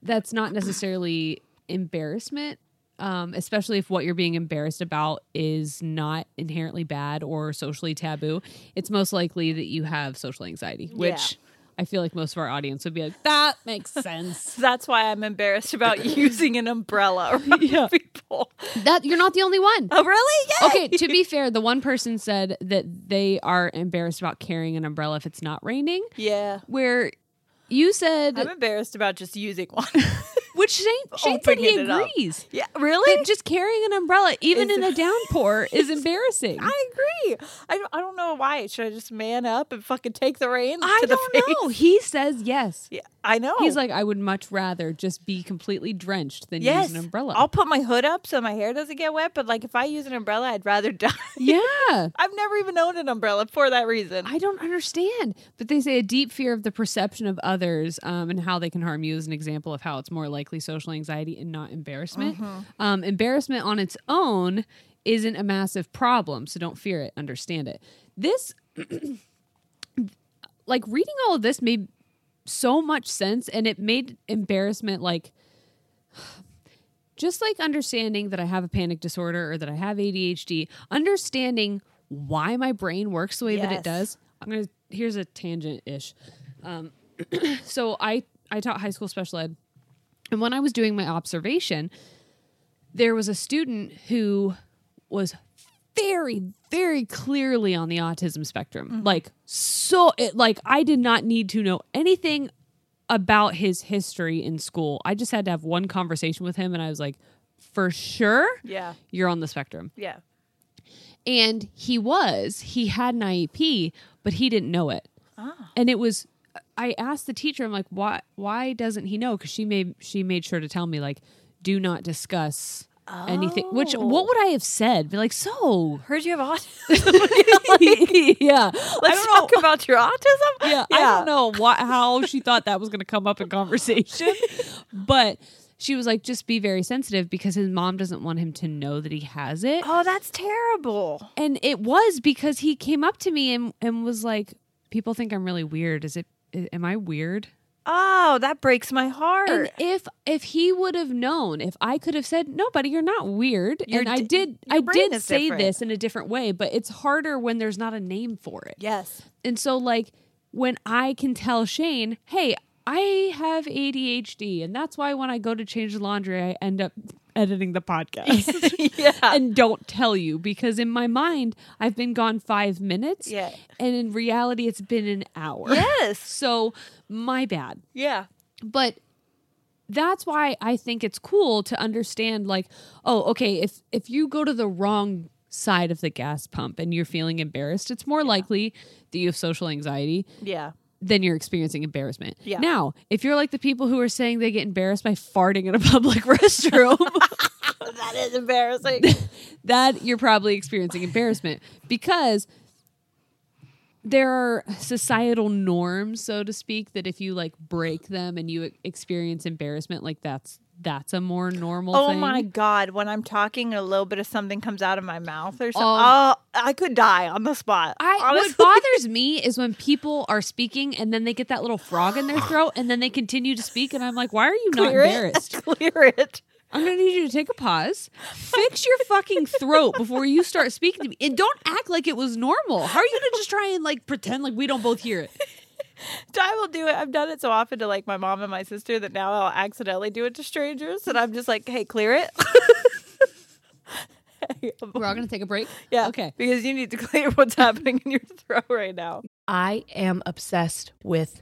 that's not necessarily embarrassment, um, especially if what you're being embarrassed about is not inherently bad or socially taboo. It's most likely that you have social anxiety, which I feel like most of our audience would be like, that makes sense.
That's why I'm embarrassed about using an umbrella around people.
that you're not the only one.
Oh, really? Yeah.
Okay, to be fair, the one person said that they are embarrassed about carrying an umbrella if it's not raining,
Yeah.
where you said,
I'm embarrassed about just using one.
which Shane, Shane said he
Opening it up.
agrees.
yeah,
that just carrying an umbrella, even
Is-
in a downpour, is embarrassing. I,
I agree. I don't, I don't know why. Should I just man up and fucking take the reins? to the
don't
face?
know. Oh. He says yes.
Yeah, I know.
He's like, I would much rather just be completely drenched than
yes,
use an umbrella.
I'll put my hood up so my hair doesn't get wet. But like, if I use an umbrella, I'd rather die.
yeah.
I've never even owned an umbrella for that reason.
I don't understand. But they say a deep fear of the perception of others um, and how they can harm you is an example of how it's more likely social anxiety and not embarrassment. Um, embarrassment on its own isn't a massive problem, so don't fear it, understand it. This, like, reading all of this made so much sense, and it made embarrassment like just like understanding that I have a panic disorder or that I have ADHD, understanding why my brain works the way that
Yes.
it does. I'm gonna here's a tangent ish. Um, so I I taught high school special ed And when I was doing my observation, there was a student who was very, very clearly on the autism spectrum. Like, so, it, like, I did not need to know anything about his history in school. I just had to have one conversation with him, and I was like, for sure,
Yeah.
you're on the spectrum.
Yeah.
And he was. He had an IEP, but he didn't know it. And it was I asked the teacher, I'm like, why why doesn't he know? Because she made she made sure to tell me, like, do not discuss anything. Which what would I have said? Be like, so
Heard you have autism.
yeah.
Let's talk about your autism.
yeah, I don't know why, how she thought that was going to come up in conversation, but she was like, just be very sensitive because his mom doesn't want him to know that he has it.
Oh, that's terrible.
and it was because he came up to me and, and was like people think i'm really weird is it i- am i weird
Oh, that breaks my heart.
and if if he would have known if i could have said no buddy you're not weird
Your
and i
d-
did
your
i
brain
did
is
say
different.
this in a different way but it's harder when there's not a name for it
yes.
and so like when i can tell shane hey i have adhd and that's why when i go to change the laundry i end up editing the podcast
yeah.
and don't tell you because in my mind I've been gone five minutes.
Yeah.
And in reality, it's been an hour.
Yes.
So my bad.
Yeah.
But that's why I think it's cool to understand like, oh, okay, if if you go to the wrong side of the gas pump and you're feeling embarrassed, it's more likely that you have social anxiety
Yeah.
than you're experiencing embarrassment.
Yeah.
Now, if you're like the people who are saying they get embarrassed by farting in a public restroom,
That is embarrassing.
that you're probably experiencing embarrassment because there are societal norms so to speak that if you like break them and you e-, experience embarrassment like that's that's a more normal
oh
thing
my god, when I'm talking and a little bit of something comes out of my mouth or something.
Oh.
oh, I could die on the spot.
I,
honestly.
what bothers me is when people are speaking and then they get that little frog in their throat and then they continue to speak and I'm like, why are you not
Clear it.
embarrassed?
Clear it.
I'm gonna need you to take a pause, fix your fucking throat before you start speaking to me, and don't act like it was normal. How are you gonna just try and like pretend like we don't both hear it?
I will do it. I've done it so often to like my mom and my sister that now I'll accidentally do it to strangers, and I'm just like, "Hey, clear it."
We're all gonna take a break.
yeah,
Okay.
Because you need to clear what's happening in your throat right now.
I am obsessed with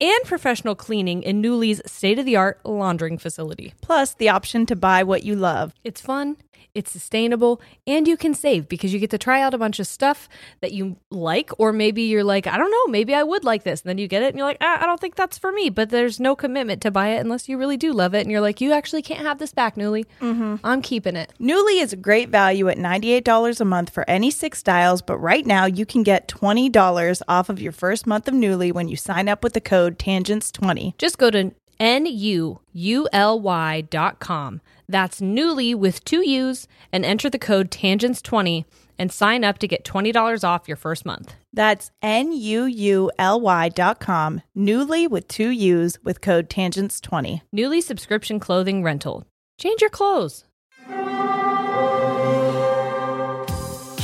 and professional cleaning in Newly's state of the art laundering facility.
Plus, the option to buy what you love.
It's fun, it's sustainable, and you can save because you get to try out a bunch of stuff that you like, or maybe you're like, I don't know, maybe I would like this. And then you get it and you're like, ah, I don't think that's for me, but there's no commitment to buy it unless you really do love it. And you're like, you actually can't have this back, Newly. I'm keeping it.
Newly is a great value at $98 a month for any six styles, but right now you can get $20 off of your first month of Newly when you sign up with the code TANGENTS20.
Just go to N-U-U-L-Y dot com. That's Newly with two U's and enter the code TANGENTS20 and sign up to get $20 off your first month.
That's N U U L Y dot com, Newly with two U's with code TANGENTS20.
Newly subscription clothing rental. Change your clothes.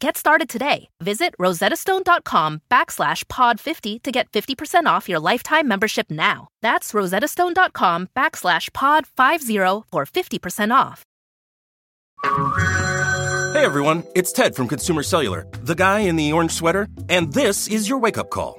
Get started today. Visit rosettastone.com backslash pod 50 to get 50% off your lifetime membership now. That's rosettastone.com backslash pod 50 for 50% off.
Hey everyone, it's Ted from Consumer Cellular, the guy in the orange sweater, and this is your wake up call.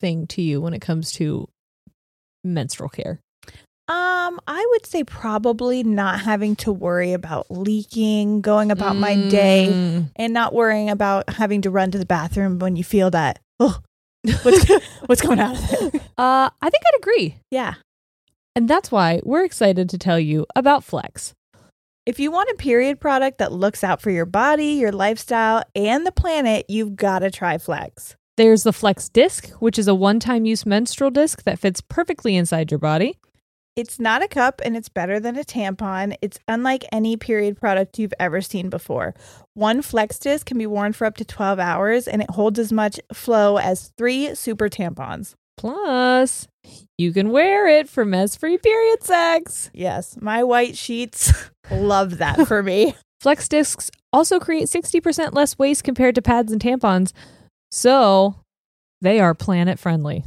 thing to you when it comes to menstrual care?
Um, I would say probably not having to worry about leaking, going about my day,
Mm.
and not worrying about having to run to the bathroom when you feel that. Oh, what's what's going out of it?
Uh, I think I'd agree.
Yeah.
And that's why we're excited to tell you about Flex.
If you want a period product that looks out for your body, your lifestyle, and the planet, you've got to try Flex.
There's the Flex disc, which is a one time use menstrual disc that fits perfectly inside your body.
It's not a cup and it's better than a tampon. It's unlike any period product you've ever seen before. One flex disc can be worn for up to 12 hours and it holds as much flow as three super tampons.
Plus, you can wear it for mess free period sex.
Yes, my white sheets love that for me.
Flex discs also create 60% less waste compared to pads and tampons. So they are planet friendly.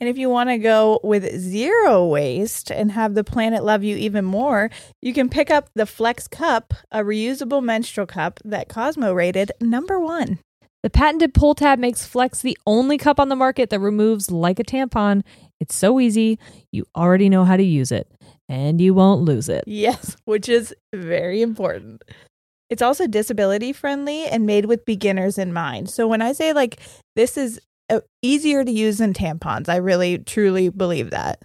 And if you want to go with zero waste and have the planet love you even more, you can pick up the Flex Cup, a reusable menstrual cup that Cosmo rated number one.
The patented pull tab makes Flex the only cup on the market that removes like a tampon. It's so easy, you already know how to use it, and you won't lose it.
Yes, which is very important. It's also disability friendly and made with beginners in mind. So when I say like this is uh, easier to use than tampons, I really truly believe that.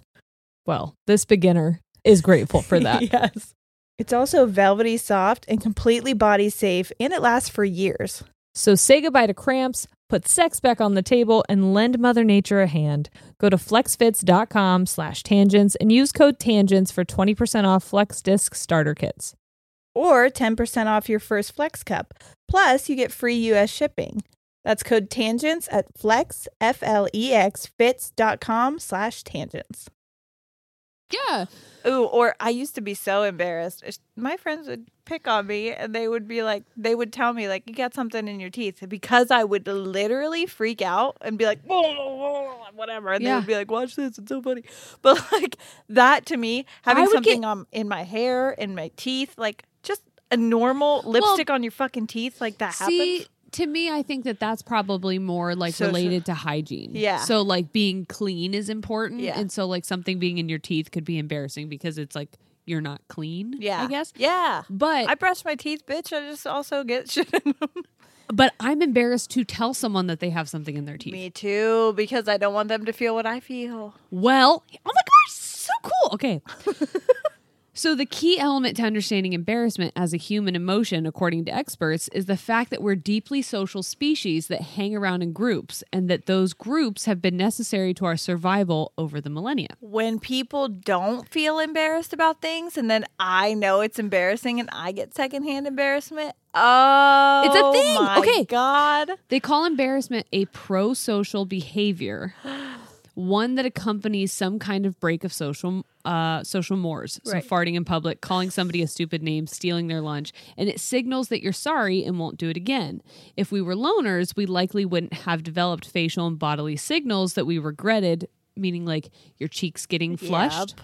Well, this beginner is grateful for that.
yes. It's also velvety soft and completely body safe and it lasts for years.
So say goodbye to cramps, put sex back on the table, and lend Mother Nature a hand. Go to flexfits.com slash tangents and use code tangents for 20% off Flex Disc starter kits.
or 10% off your first Flex Cup. Plus, you get free US shipping. That's code tangents at flex, F L E X, fits.com slash tangents.
Yeah.
Ooh,
or I used to be so embarrassed. My friends would pick on me and they would be like, they would tell me, like, you got something in your teeth because I would literally freak out and be like, whatever. And they
Yeah.
would be like, watch this, it's so funny. But like that to me,
I
having
would
something
get-
on um, in my hair, in my teeth, like just a normal lipstick on your fucking teeth, like that
See,
happens.
to me, I think that that's probably more like
Social-
related to hygiene.
Yeah.
So like being clean is important.
Yeah.
And so like something being in your teeth could be embarrassing because it's like you're not clean.
Yeah.
I guess.
Yeah.
But
I brush my teeth, bitch. I just also get shit in them.
but I'm embarrassed to tell someone that they have something in their teeth.
Me too, because I don't want them to feel what I feel.
Well, oh my gosh, so cool. Okay. so, the key element to understanding embarrassment as a human emotion, according to experts, is the fact that we're deeply social species that hang around in groups and that those groups have been necessary to our survival over the millennia.
When people don't feel embarrassed about things and then I know it's embarrassing and I get secondhand embarrassment. Oh,
thing.
my
Okay.
God.
They call embarrassment a pro social behavior. One that accompanies some kind of break of social uh, social mores, so
Right.
farting in public, calling somebody a stupid name, stealing their lunch, and it signals that you're sorry and won't do it again. If we were loners, we likely wouldn't have developed facial and bodily signals that we regretted, meaning like your cheeks getting flushed.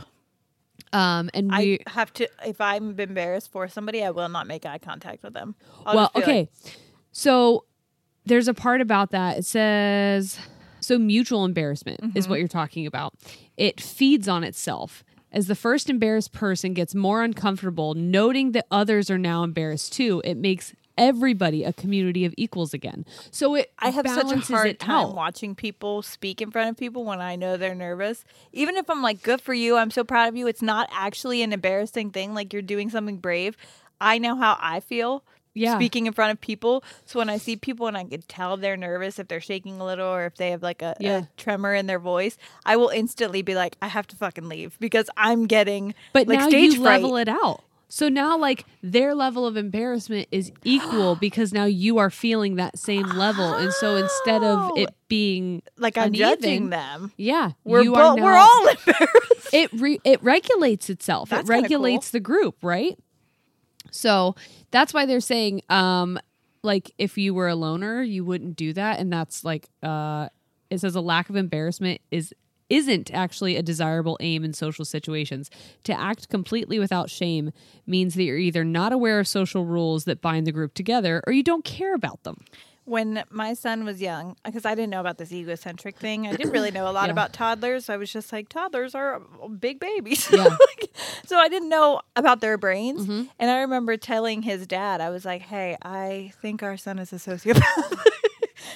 Um, and we,
I have to, if I'm embarrassed for somebody, I will not make eye contact with them. I'll
well,
just be like,
okay. so there's a part about that.
Mm-hmm.
It says so mutual embarrassment is what you're talking about. It feeds on itself. As the first embarrassed person gets more uncomfortable, noting that others are now embarrassed too, it makes everybody a community of equals again. So it
I have such a
balances
hard
it
time
out.
watching people speak in front of people when I know they're nervous. Even if I'm like, good for you, I'm so proud of you, it's not actually an embarrassing thing. Like you're doing something brave. I know how I feel
Yeah.
speaking in front of people. So when I see people and I can tell they're nervous, if they're shaking a little or if they have like a, a
Yeah.
tremor in their voice, I will instantly be like, I have to fucking leave because I'm getting
But
like
now
stage
you
fright.
level it out. So now, like their level of embarrassment is equal because now you are feeling that same level, and so instead of it being
Oh. like I'm
uneven,
judging them.
yeah,
We're
you
bo-
are
we're
now-
all
it re- it regulates itself.
That's
it
kinda cool.
regulates the group, right? So that's why they're saying, um, like if you were a loner, you wouldn't do that, and that's like, uh, it says a lack of embarrassment is isn't actually a desirable aim in social situations. To act completely without shame means that you're either not aware of social rules that bind the group together, or you don't care about them.
when my son was young, because I didn't know about this egocentric thing. I didn't really know a lot
Yeah.
about toddlers. I was just like, toddlers are uh, big babies.
Yeah. Mm-hmm.
so I didn't know about their brains. And I remember telling his dad, I was like, hey, I think our son is a sociopath.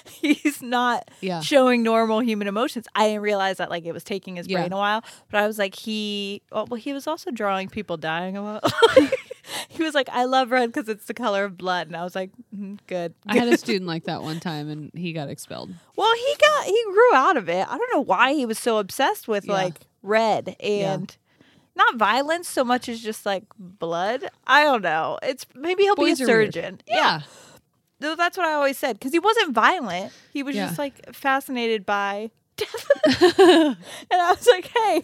He's not
Yeah.
showing normal human emotions. I didn't realize that like it was taking his
Yeah.
brain a while, but I was like, he, oh, well, well he was also drawing people dying a lot. he was like, I love red because it's the color of blood. And I was like, "Mhm, good.
I had a student like that one time, and he got expelled.
Well, he got he grew out of it. I don't know why he was so obsessed with like red and not violence so much as just like blood. I don't know. It's maybe he'll
Boys
be a
are weird.
surgeon. Yeah. Though That's what I always said because he wasn't violent. He was
Yeah.
just like fascinated by death. and I was like, hey,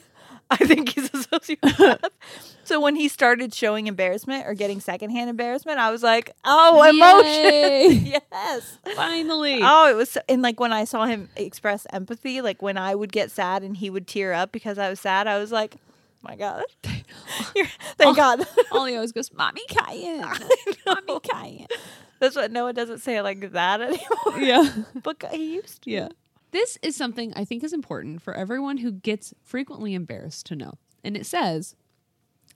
I think he's a sociopath. so when he started showing embarrassment or getting secondhand embarrassment, I was like, oh, emotion.
Yay.
yes.
Finally.
Oh, it was so, and like when I saw him express empathy, like when I would get sad and he would tear up because I was sad, I was like, "My God, You're- thank God."
Ollie always goes, Mommy Cayenne. Mommy Cayenne.
That's what Noah doesn't say it like that anymore.
Yeah.
but g- he used to.
Yeah. This is something I think is important for everyone who gets frequently embarrassed to know. And it says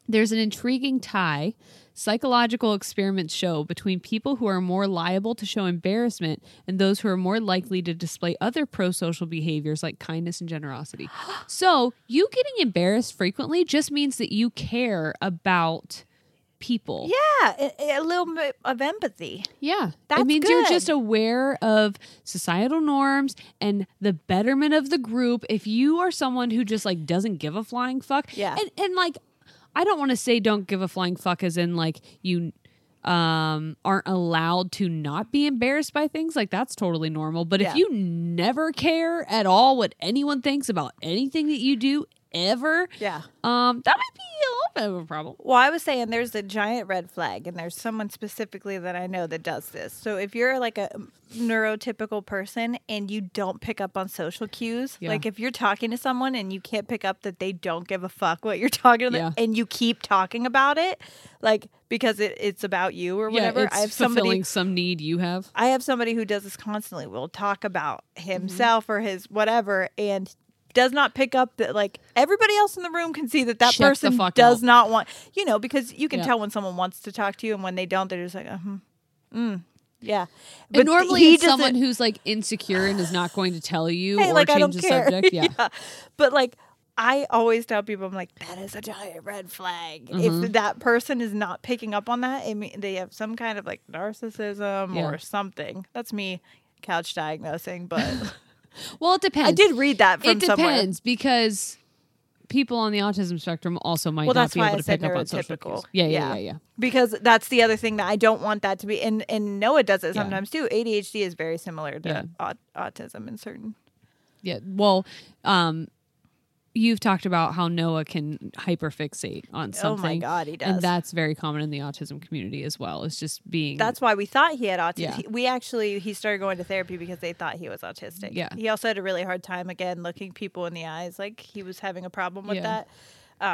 there's an intriguing tie psychological experiments show between people who are more liable to show embarrassment and those who are more likely to display other pro-social behaviors like kindness and generosity. so, you getting embarrassed frequently just means that you care about people.
Yeah, a, a little bit of empathy.
Yeah. it
That's
means you're just
good.
aware of societal norms and the betterment of the group. If you are someone who just like doesn't give a flying fuck.
Yeah.
And and like I don't want to say don't give a flying fuck as in like you um aren't allowed to not be embarrassed by things like that's totally normal but
Yeah.
if you never care at all what anyone thinks about anything that you do ever
Yeah.
um that might be a little bit of a problem
Well, I was saying there's a giant red flag, and there's someone specifically that I know that does this. So if you're like a neurotypical person and you don't pick up on social cues,
Yeah.
like if you're talking to someone and you can't pick up that they don't give a fuck what you're talking to, them,
Yeah.
and you keep talking about it, like because it, it's about you or whatever.
yeah it's
I have somebody
fulfilling some need you have
I have somebody who does this constantly. Will talk about
Mm-hmm.
himself or his whatever and does not pick up that like everybody else in the room can see that that
Shut the
person
fuck
does
up.
not want you know because you can
Yeah.
tell when someone wants to talk to you and when they don't they're just like uh-huh. mm, yeah
But normally
he
it's someone
doesn't-
who's like insecure and is not going to tell you
Hey,
or
like, I don't
change the
care.
subject. Yeah.
but like I always tell people I'm like that is a giant red flag if
Mhm.
that person is not picking up on that I mean they have some kind of like narcissism
Yeah.
or something that's me couch diagnosing but
Well, it depends.
I did read that from
it depends
somewhere.
because people on the autism spectrum also might
Well,
not
that's
be
why
able
I
to
said
pick up on social
neurotypical.
cues. Yeah, yeah,
Yeah.
yeah, yeah.
Because that's the other thing that I don't want that to be. And and Noah does it sometimes too. ADHD is very similar to
Yeah.
aut- autism in certain.
Yeah. Well, um, you've talked about how Noah can hyperfixate on
Oh
something.
my God, he does.
And that's very common in the autism community as well. It's just being
that's why we thought he had autism.
Yeah.
He- We actually he started going to therapy because they thought he was autistic.
Yeah.
He also had a really hard time again looking people in the eyes, like he was having a problem with
Yeah.
that.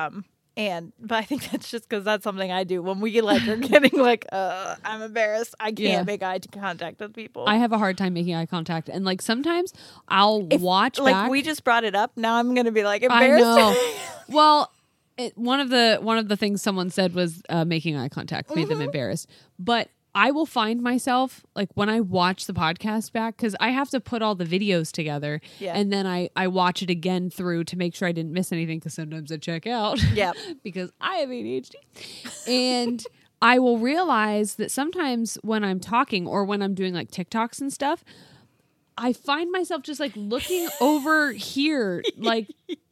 Um, and but I think that's just because that's something I do when we like are getting like, uh, I'm embarrassed. I can't
Yeah.
make eye contact with people.
I have a hard time making eye contact, and like sometimes I'll watch
like
back.
we just brought it up. Now I'm gonna be like
I
embarrassed.
know. well,
it, one of the one of the things someone said was uh, making eye contact made
Mm-hmm.
them embarrassed. But I will find myself like when I watch the podcast back because I have to put all the videos together,
Yeah.
and then I I watch it again through to make sure I didn't miss anything because sometimes I check out.
Yep.
because I have ADHD, and. I will realize that sometimes when I'm talking or when I'm doing like TikToks and stuff, I find myself just like looking over here, like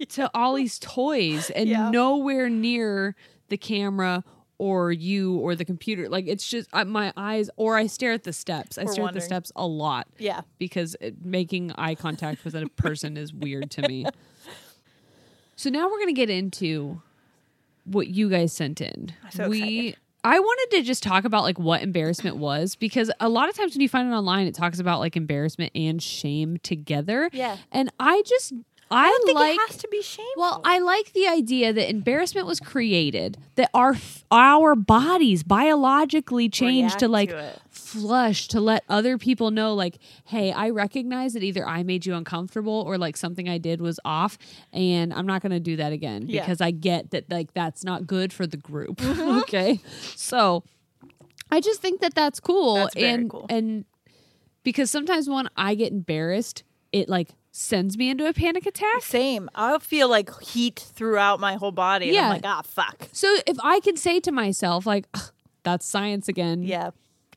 to Ollie's toys, and nowhere near the camera or you or the computer. Like it's just uh, my eyes, or I stare at the steps. I
We're
stare at
wandering.
the steps a lot.
Yeah.
Because it, making eye contact with a person is weird to me. So now we're going to get into what you guys sent in.
so
we I wanted to just talk about like what embarrassment was because a lot of times when you find it online it talks about like embarrassment and shame together.
Yeah.
And I just I,
I don't think
like
it has to be shameful.
well, I like the idea that embarrassment was created, that our our bodies biologically changed
React
to like
to it.
flush to let other people know like, hey, I recognize that either I made you uncomfortable or like something I did was off and I'm not going to do that again
Yeah.
because I get that like that's not good for the group.
Mm-hmm.
okay? So, I just think that that's cool
That's very
and
cool.
and because sometimes when I get embarrassed, it like sends me into a panic attack.
Same. I feel like heat throughout my whole body. Yeah.
Yeah.
I'm like, ah, fuck.
So if I can say to myself, like, "Ugh, that's science again.
Yeah.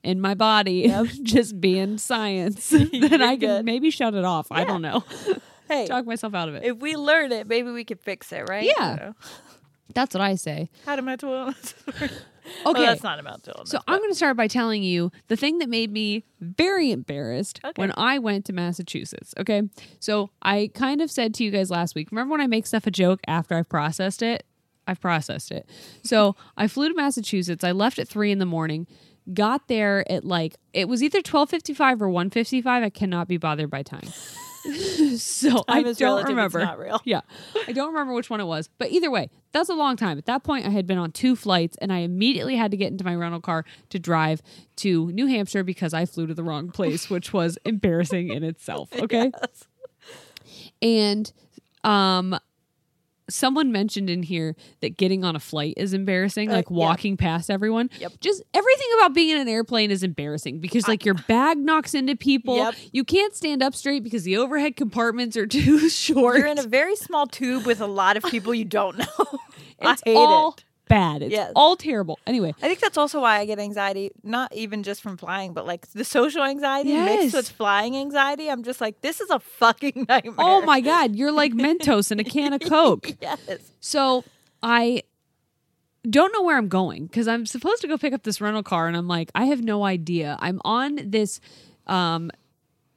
In my body, just being science, then I can maybe shut it off. I don't know.
Hey,
Talk myself out of it.
if we learn it, maybe we can fix it, right?
Yeah.
I don't know.
That's what I say.
How to mental illness. okay.
Okay.
that's not about mental illness.
So I'm going to start by telling you the thing that made me very embarrassed when I went to Massachusetts. Okay. So I kind of said to you guys last week, remember when I make stuff a joke after I've processed it? I've processed it. So I flew to Massachusetts. I left at three in the morning. Got there at like it was either twelve fifty five or one fifty five. I cannot be bothered by time. so I
Time is
don't
relative, it's
remember.
not real.
Yeah. I don't remember which one it was. But either way, that's a long time. At that point, I had been on two flights and I immediately had to get into my rental car to drive to New Hampshire because I flew to the wrong place, which was embarrassing in itself. Okay. And um someone mentioned in here that getting on a flight is embarrassing,
Uh,
like walking past everyone. Yep. Just everything about being in an airplane is embarrassing because like your bag knocks into people.
Yep.
You can't stand up straight because the overhead compartments are too short.
You're in a very small tube with a lot of people you don't know. I
it's
hate
all
it.
bad. It's
Yes.
all terrible. Anyway,
I think that's also why I get anxiety, not even just from flying, but like the social anxiety mixed
Yes.
with flying anxiety. I'm just like, this is a fucking nightmare.
oh my god, you're like Mentos in a can of Coke.
Yes.
So I don't know where I'm going because I'm supposed to go pick up this rental car, and I'm like, I have no idea. I'm on this um,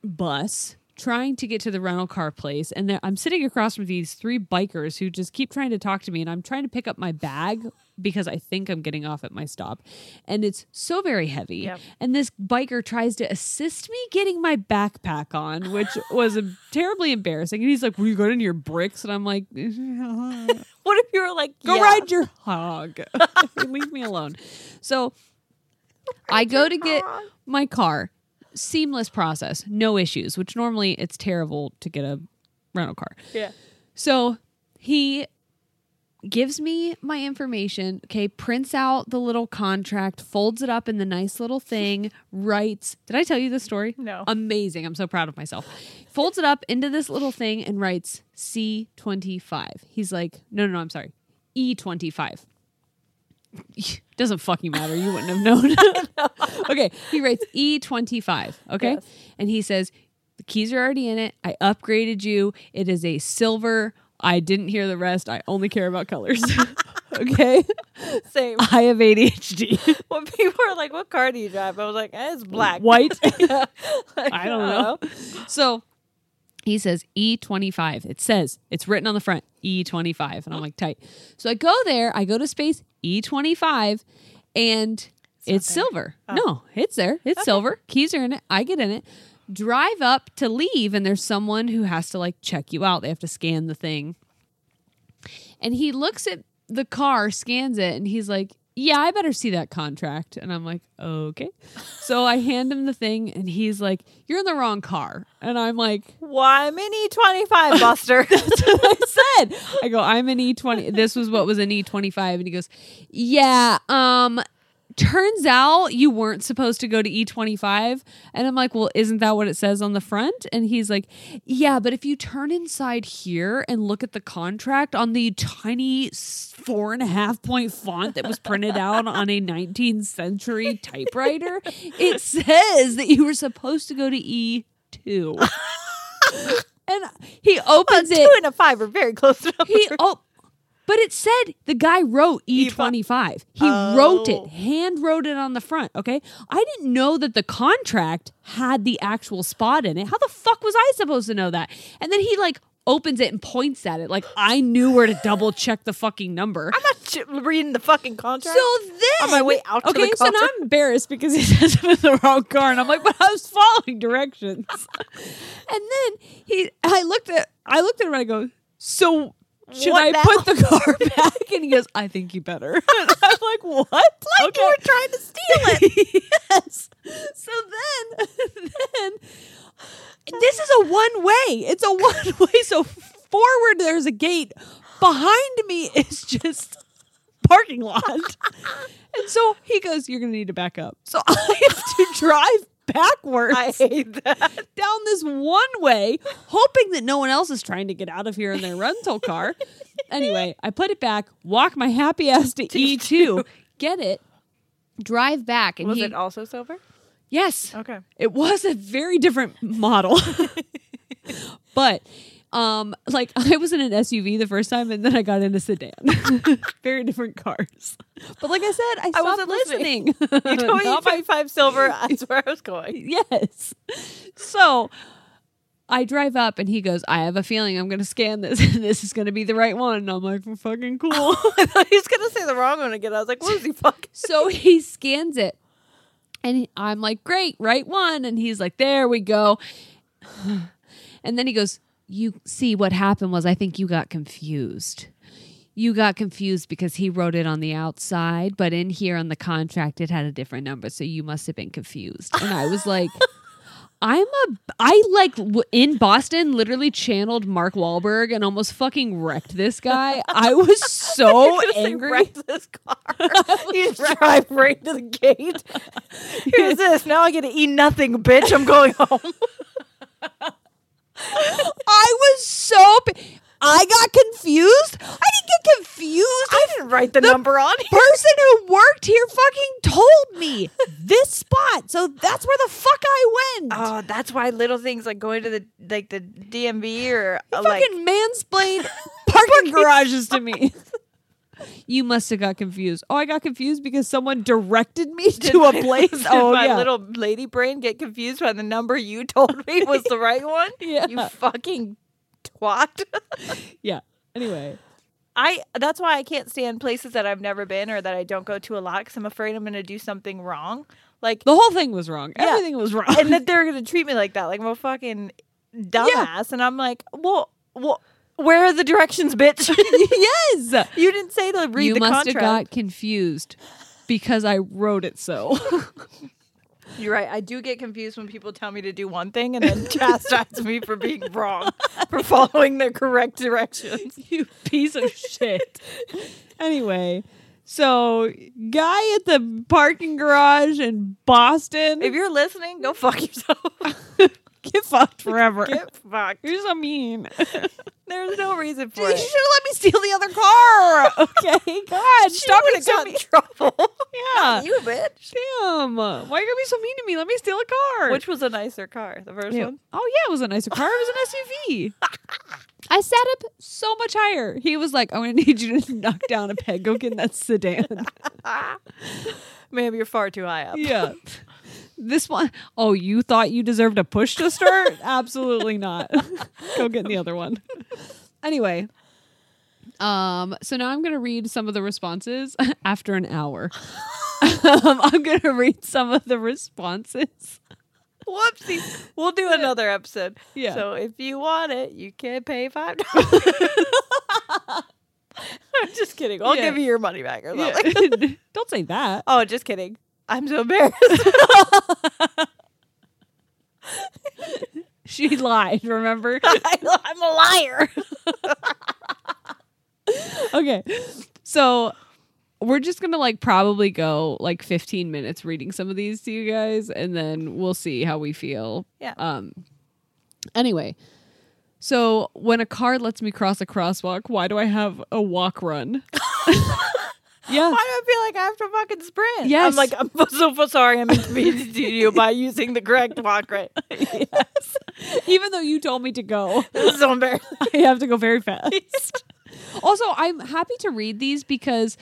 bus trying to get to the rental car place, and there- I'm sitting across from these three bikers who just keep trying to talk to me, and I'm trying to pick up my bag because I think I'm getting off at my stop, and it's so very heavy. And this biker tries to assist me getting my backpack on, which was um, terribly embarrassing. And he's like, "Were you going in your bricks?" And I'm like. "Uh,
What if you were like,
Go
yeah.
ride your hog. Leave me alone. So I go to get my car. Seamless process, no issues, which normally it's terrible to get a rental car.
Yeah.
So he gives me my information, okay, prints out the little contract, folds it up in the nice little thing, writes, Did I tell you this story?
No.
Amazing. I'm so proud of myself. Folds it up into this little thing and writes C25. He's like, No, no, no, I'm sorry. E25. Doesn't fucking matter. You wouldn't have known. okay. He writes E25. Okay. And he says, the keys are already in it. I upgraded you. It is a silver. I didn't hear the rest. I only care about colors. okay.
Same.
I have ADHD.
When people are like, what car do you drive? I was like, eh, it's black.
White.
Yeah. Like,
I don't know. So he says E25. It says, it's written on the front, E25. And I'm like, tight. So I go there, I go to space E25, and it's, silver. No, it's there. It's silver. Keys are in it. I get in it. Drive up to leave, and there's someone who has to like check you out. They have to scan the thing. And he looks at the car, scans it, and he's like, yeah, I better see that contract. And I'm like, okay. So I hand him the thing and he's like, you're in the wrong car. And I'm like,
why I'm in E25, Buster?
said. I go, I'm an E20. This was what was an E25. And he goes, Yeah. Um, turns out you weren't supposed to go to E25. And I'm like, Well, isn't that what it says on the front? And he's like, Yeah, but if you turn inside here and look at the contract on the tiny s- four and a half point font that was printed out on a 19th century typewriter, it says that you were supposed to go to E2. And he opens it.
Two and a five are very close to
He oh, but it said the guy wrote E twenty five. He wrote
Oh.
it, hand wrote it on the front. Okay, I didn't know that the contract had the actual spot in it. How the fuck was I supposed to know that? And then he like opens it and points at it like I knew where to double check the fucking number.
I'm not ch- reading the fucking contract.
So then,
on my way out to
okay,
the
so now
concert.
I'm embarrassed because he says I'm in the wrong car, and I'm like, but I was following directions. and then he, I looked at, I looked at him, and I go, so should
What
I
now?"
put the car back? And he goes, I think you better. And I'm like, what? Like
you were trying to steal it.
yes. So then, then this is a one way. It's a one way. So forward there's a gate. Behind me is just parking lot. and so he goes, "You're gonna need to back up." So I have to drive backwards. I hate that down this one way, hoping that no one else is trying to get out of here in their rental car. anyway, I put it back. Walk my happy ass to E two. Get it. Drive back and
Was
he,
it also silver?
yes
Okay.
it was a very different model but um like i was in an suv the first time and then i got in a sedan very different cars but like i said i,
I
stopped
wasn't listening.
listening,
You told me
Not my-
E25 silver. That's where I was going.
yes so i drive up and he goes i have a feeling i'm gonna scan this and this is gonna be the right one and i'm like fucking cool
I thought he was gonna say the wrong one again. I was like, what is he fucking?
So he scans it. And he- I'm like, great, right one. And he's like, there we go. And then he goes, You see, what happened was I think you got confused. You got confused because he wrote it on the outside, but in here on the contract, it had a different number. So you must have been confused. And I was like, I'm a, I like w- in Boston literally channeled Mark Wahlberg and almost fucking wrecked this guy. I was so
Gonna say,
angry.
wreck this car. you just drive right to the gate. Here's this. Now I get to eat nothing, bitch. I'm going home.
I was so. p- I got confused. I didn't get confused.
I didn't write the, number on here.
Person who worked here fucking told me this spot, so that's where the fuck I went.
Oh, that's why little things like going to the like the DMV or uh, like
fucking mansplained parking garages to me. You must have got confused. Oh, I got confused because someone directed me to a place.
Did
Oh,
my
yeah.
little lady brain get confused by the number you told me was the right one?
Yeah.
You fucking twat.
yeah. Anyway,
I that's why I can't stand places that I've never been or that I don't go to a lot because I'm afraid I'm going to do something wrong. Like
the whole thing was wrong.
Yeah.
Everything was wrong.
and that they're going to treat me like that, like I'm a fucking dumbass, and I'm like, well, well, where are the directions, bitch?
yes.
you didn't say to read
you
the
must
contract.
have got confused because I wrote it so.
You're right. I do get confused when people tell me to do one thing and then chastise me for being wrong, for following the correct directions.
you piece of shit. anyway, so guy at the parking garage in Boston,
If you're listening, go fuck yourself.
get fucked forever.
Get fucked.
You're so mean.
There's no reason for
You
it.
should have let me steal the other car. Okay, God, stop
would've
it to
got
me.
in trouble.
Yeah,
you bitch.
damn. Why are you gonna be so mean to me? Let me steal a car.
Which was a nicer car? The first
Yeah.
one.
Oh yeah, it was a nicer car. It was an SUV. I sat up so much higher. He was like, "I'm gonna need you to knock down a peg. Go get in that sedan."
Ma'am, you're far too high up.
yeah. This one oh, you thought you deserved a push to start? Absolutely not. Go get the other one. Anyway. Um, so now I'm gonna read some of the responses after an hour. um, I'm gonna read some of the responses.
Whoopsie. We'll do another episode.
Yeah.
So if you want it, you can pay five dollars. I'm just
Just kidding. I'll
Yeah.
give you your money back or
Yeah.
something.
Don't say that.
oh, just kidding. I'm so embarrassed.
She lied, remember?
I'm a liar.
okay. So we're just gonna like probably go like 15 minutes reading some of these to you guys, and then we'll see how we feel.
Yeah.
Um. Anyway, so when a car lets me cross a crosswalk, why do I have a walk run? yeah.
Why do I feel like I have to fucking sprint?
Yes.
I'm like, I'm so, so sorry I'm inconveniencing you by using the correct walk rate.
Even though you told me to go,
This is so embarrassing.
I have to go very fast.
Also, I'm happy to read these because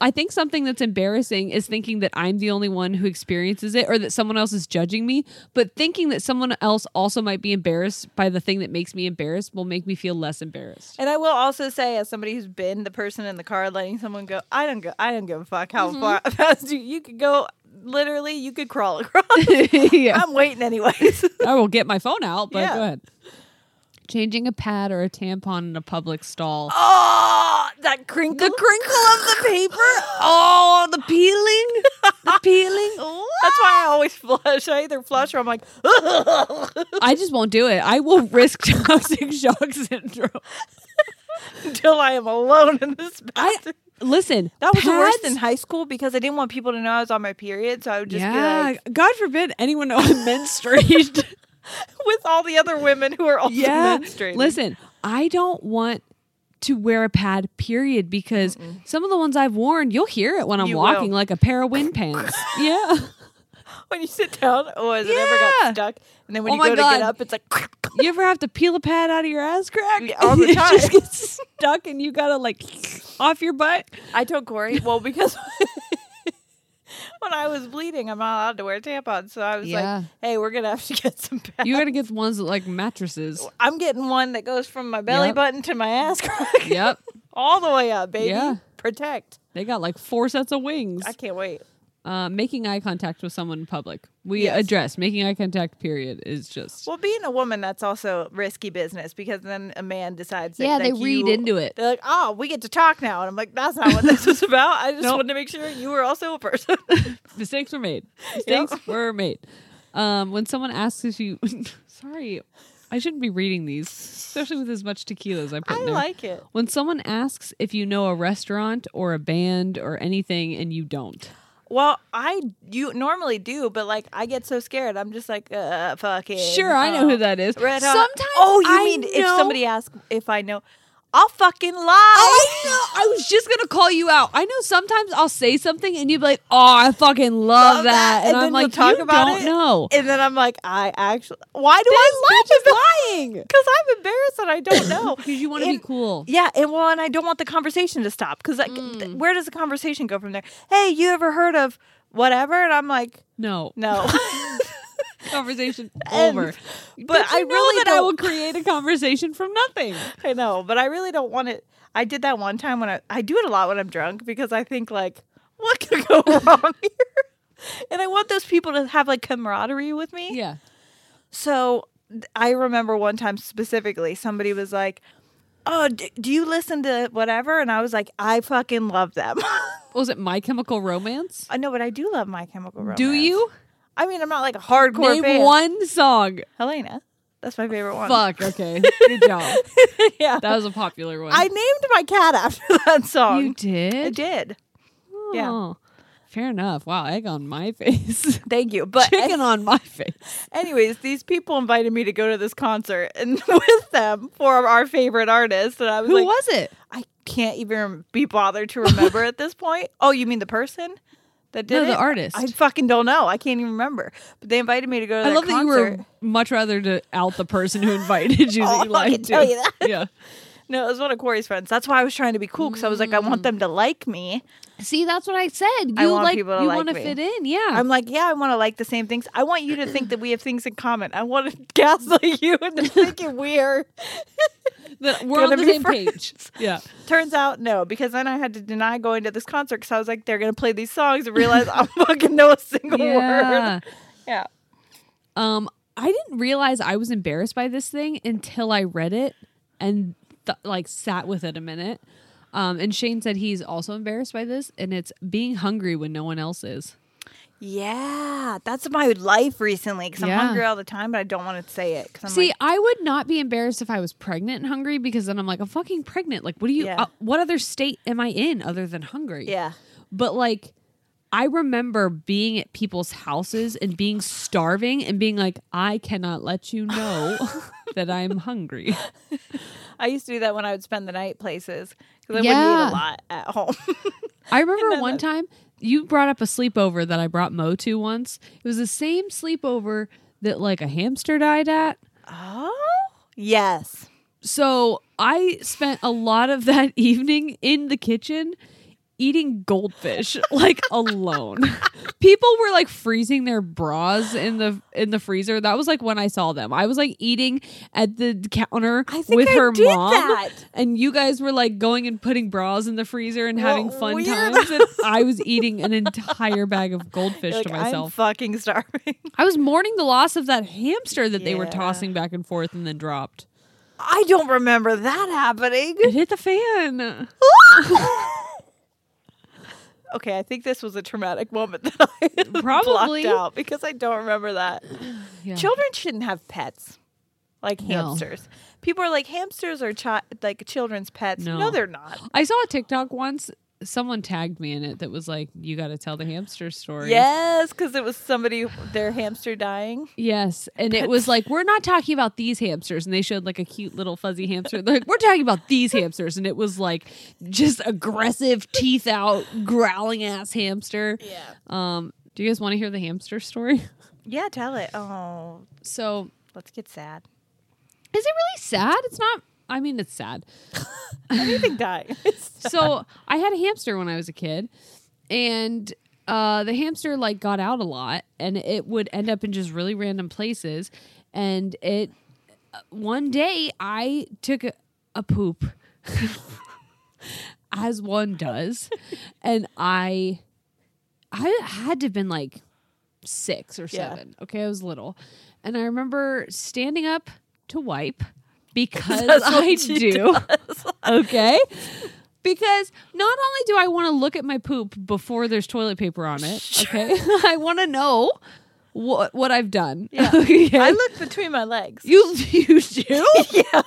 I think something that's embarrassing is thinking that I'm the only one who experiences it or that someone else is judging me. But thinking that someone else also might be embarrassed by the thing that makes me embarrassed will make me feel less embarrassed.
And I will also say, as somebody who's been the person in the car letting someone go, I don't go, I don't give a fuck how far fast you. You could go, literally, you could crawl across.
yeah.
I'm waiting anyways.
I will get my phone out, but
Yeah.
go ahead. Changing a pad or a tampon in a public stall.
oh, that crinkle, the crinkle of the paper. Oh, the peeling, the peeling. That's why I always flush. I either flush or I'm like,
I just won't do it. I will risk toxic shock syndrome.
until I am alone in this bathroom.
Listen,
that was the worst
pads-
in high school because I didn't want people to know I was on my period, so I would just
yeah,
be like
God forbid anyone know I'm menstruated.
with all the other women who are also menstruating.
Listen, I don't want to wear a pad, period, because some of the ones I've worn, you'll hear it when I'm
You
walking
will.
like a pair of wind pants. yeah.
when you sit down, oh, has it ever got
Yeah.
stuck? And then when
Oh
you
my
go to
God.
get up, it's like
You ever have to peel a pad out of your ass crack?
all the
It just
time.
gets stuck and you gotta like off your butt.
I told Corey, well, because when I was bleeding, I'm not allowed to wear tampons, so I was
Yeah.
like, hey, we're gonna have to get some pads.
You gotta get the ones that like mattresses.
I'm getting one that goes from my belly
Yep.
button to my ass crack,
yep.
all the way up, baby.
Yeah.
Protect.
They got like four sets of wings.
I can't wait.
Uh, making eye contact with someone in public. We
Yes.
address making eye contact, period, is just.
Well, being a woman, that's also risky business because then a man decides. that,
Yeah, they
like,
read
you-
into it.
They're like, "Oh, we get to talk now," and I'm like, "That's not what this is about. I just
Nope.
wanted to make sure you were also a person."
mistakes were made. Mistakes were made. Um, when someone asks if you, sorry, I shouldn't be reading these, especially with as much tequila as I put
I
in there.
like it.
when someone asks if you know a restaurant or a band or anything and you don't.
Well, I you normally do, but like I get so scared. I'm just like, uh, fucking.
Sure, I know who that is.
Red hot.
Sometimes
Oh, you
I
mean if
know-
somebody asks if I know, I'll fucking lie.
I know. I was just gonna call you out. I know sometimes I'll say something and you'd be like, "Oh, I fucking love, that," and, I'm
then you'll
like, "You don't know."
And then I'm like, I actually, why do I
This
lie? lying because I'm embarrassed and I don't know.
Because you want to be
And-
cool. Mm.
Yeah, and well, and I don't want the conversation to stop because like, th- where does the conversation go from there? Hey, you ever heard of whatever? And I'm like,
No,
no.
conversation
And-
over.
but
Don't you
I
know
really
that I
don't-
will create a conversation from nothing.
I know, but I really don't want it. I did that one time when I I do it a lot when I'm drunk because I think like what could go wrong here, and I want those people to have like camaraderie with me.
Yeah.
So th- I remember one time specifically, somebody was like, "Oh, d- do you listen to whatever?" And I was like, "I fucking love them."
was it My Chemical Romance?
I know, but I do love My Chemical Romance.
Do you
I mean, I'm not like a hardcore
name
fan.
one song?
Helena, that's my favorite one.
Fuck. Okay. Good job.
yeah,
That was a popular one.
I named my cat after that song.
you
I
did.
did. yeah.
Oh, fair enough. Wow, egg on my face.
Thank you, but
Chicken on my face.
Anyways, these people invited me to go to this concert and with them for our favorite artist. And I was
Who
like,
was it?
I can't even be bothered to remember at this point. Oh, you mean the person that did
No, the
it?
artist.
I fucking don't know. I can't even remember. But they invited me to go to
I
that
love that you
concert.
were much rather to out the person who invited you.
Oh,
that you
I
lied
can
to.
tell you that.
Yeah.
No, it was one of Corey's friends. That's why I was trying to be cool because I was like, I
Mm.
want them to like me.
See, that's what I said. You
I want
like you
people to like
want to
me.
fit in. Yeah.
I'm like, yeah, I want to like the same things. I want you to think that we have things in common. I want to gaslight you into thinking we are
That we're on
gonna
the
be
same page.
friends.
Yeah.
Turns out no, because then I had to deny going to this concert because I was like, they're gonna play these songs and realize I fucking know a single
Yeah.
word. Yeah.
Um, I didn't realize I was embarrassed by this thing until I read it and th- like sat with it a minute. Um, and Shane said he's also embarrassed by this, and it's being hungry when no one else is.
Yeah, that's my life recently because
Yeah.
I'm hungry all the time, but I don't want to say it. 'cause I'm
See,
like,
I would not be embarrassed if I was pregnant and hungry because then I'm like, I'm fucking pregnant. Like, what do you?
Yeah.
uh, what other state am I in other than hungry?
yeah,
But like, I remember being at people's houses and being starving and being like, I cannot let you know that I'm hungry.
I used to do that when I would spend the night places because I
Yeah.
wouldn't eat a lot at home.
I remember one time you brought up a sleepover that I brought Mo to once. It was the same sleepover that like a hamster died at.
oh, yes.
So I spent a lot of that evening in the kitchen eating goldfish like alone. People were like freezing their bras in the in the freezer. That was like when I saw them. I was like eating at the counter
I think
with
I
her
did
mom
that.
and you guys were like going and putting bras in the freezer and
What
having fun
weirdos.
times and I was eating an entire bag of goldfish
Like,
to
I'm
myself.
fucking starving.
I was mourning the loss of that hamster that they were
Yeah.
tossing back and forth and then dropped.
I don't remember that happening.
It hit the fan.
okay, I think this was a traumatic moment that I
Probably.
blocked out because I don't remember that. Children shouldn't have pets like
No.
hamsters. People are like hamsters are chi- like children's pets. No,
No.
they're not.
I saw a TikTok once. Someone tagged me in it that was like, "You got to tell the hamster story."
Yes, because it was somebody their hamster dying.
Yes, and it was like we're not talking about these hamsters, and they showed like a cute little fuzzy hamster. They're like we're talking about these hamsters, and it was like just aggressive, teeth out, growling ass hamster. Yeah. Um. Do you guys want to hear the hamster story?
Yeah, tell it. Oh,
So
let's get sad.
Is it really sad? It's not. I mean, it's sad.
Anything dying.
so I had a hamster when I was a kid, and uh, the hamster like got out a lot, and it would end up in just really random places. And it one day I took a, a poop, as one does, and I I had to have been like six or
Yeah.
seven. Okay, I was little, and I remember standing up to wipe because
That's what
I
she
do. okay. Because not only do I want to look at my poop before there's toilet paper on it, okay? I want to know what what I've done.
Yeah.
Okay?
I look between my legs.
You you do? yeah.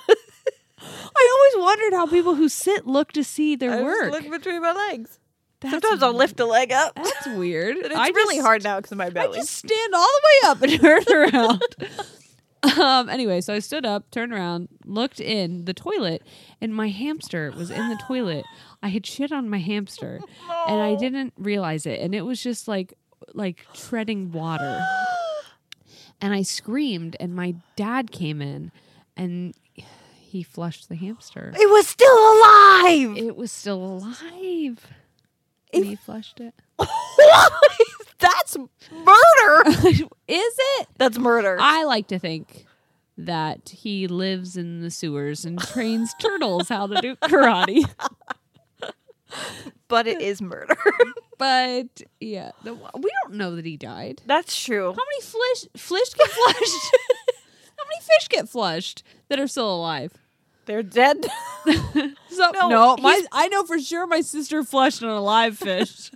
I always wondered how people who sit look to see their
I
work.
just look between my legs.
That's
Sometimes I'll lift a leg up.
That's weird.
But it's
I
really
just-
hard now because of my
I
belly.
just stand all the way up and turn around. um. Anyway, so I stood up, turned around, looked in the toilet, and my hamster was in the toilet. I had shit on my hamster, and I didn't realize it, and it was just like like treading water. And I screamed, and my dad came in, and he flushed the hamster.
It was still alive.
It was still alive. And he flushed it.
That's murder.
Is it?
That's murder.
I like to think that he lives in the sewers and trains turtles how to do karate.
but it is murder.
But yeah, the, we don't know that he died.
That's true.
How many flish flish get flushed? how many fish get flushed that are still alive?
They're dead.
So
No,
no, my,
he's-
I know for sure my sister flushed an alive fish.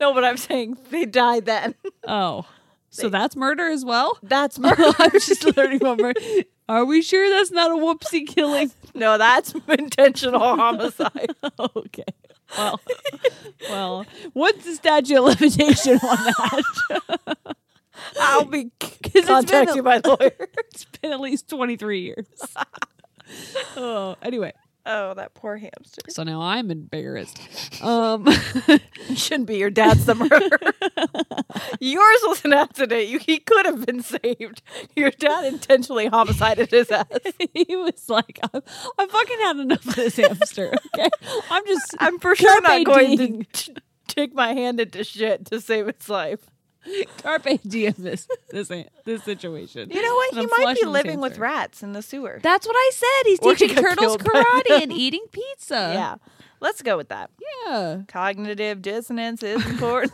no, but I'm saying they died then.
oh, so that's murder as well.
That's murder.
I'm just learning about murder. Are we sure that's not a whoopsie killing?
no, that's intentional homicide.
okay. Well, well, what's the statute of limitation on that?
I'll be
been
contacting
a-
my lawyer.
it's been at least 23 years. oh, anyway.
Oh, that poor hamster.
So now I'm embarrassed. Um,
Shouldn't be your dad's the murderer. Yours was an accident. You, he could have been saved. Your dad intentionally homicided his ass.
he was like, I, I fucking had enough of this hamster. Okay. I'm just,
I'm for sure not
Carpe
going
diem.
to t- take my hand into shit to save its life.
carpe diem this, this, an- this situation.
You know what?
And
He
I'm
might be
flushing this
living with
hamster.
rats in the sewer.
That's what I said. He's
Or he
teaching
got
turtles
killed by them.
karate and eating pizza.
yeah. Let's go with that.
Yeah.
Cognitive dissonance is important.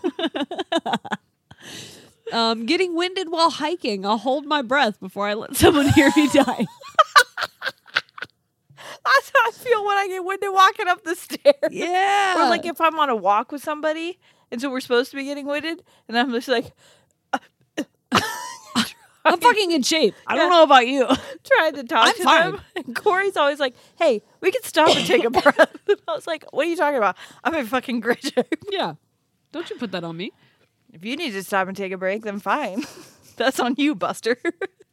Um, getting winded while hiking. I'll hold my breath before I let someone hear me die.
That's I feel when I get winded walking up the stairs.
Yeah.
Or like if I'm on a walk with somebody and so we're supposed to be getting winded and I'm just like,
I'm fucking in shape. I don't
Yeah.
know about you.
trying to talk
I'm
to
fine.
them. And Corey's always like, hey, we can stop and take a breath. And I was like, what are you talking about? I'm in fucking great shape.
Yeah. Don't you put that on me.
If you need to stop and take a break, then fine. That's on you, Buster.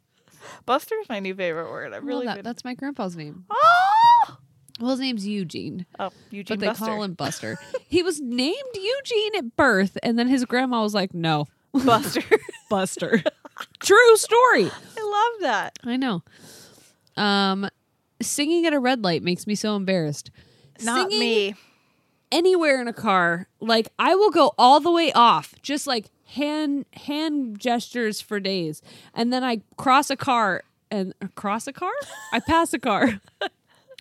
Buster is my new favorite word. I've
Really
really
well, that,
been.
that's my grandpa's name. Ah!
Oh!
Well, his name's Eugene.
Oh, Eugene
But they
Buster.
call him Buster. he was named Eugene at birth, and then his grandma was like, no,
Buster.
Buster. True story.
I love that.
I know. Um, singing at a red light makes me so embarrassed.
Not
singing
me.
anywhere in a car, like I will go all the way off, just like hand hand gestures for days, and then I cross a car and cross a car. I pass a car.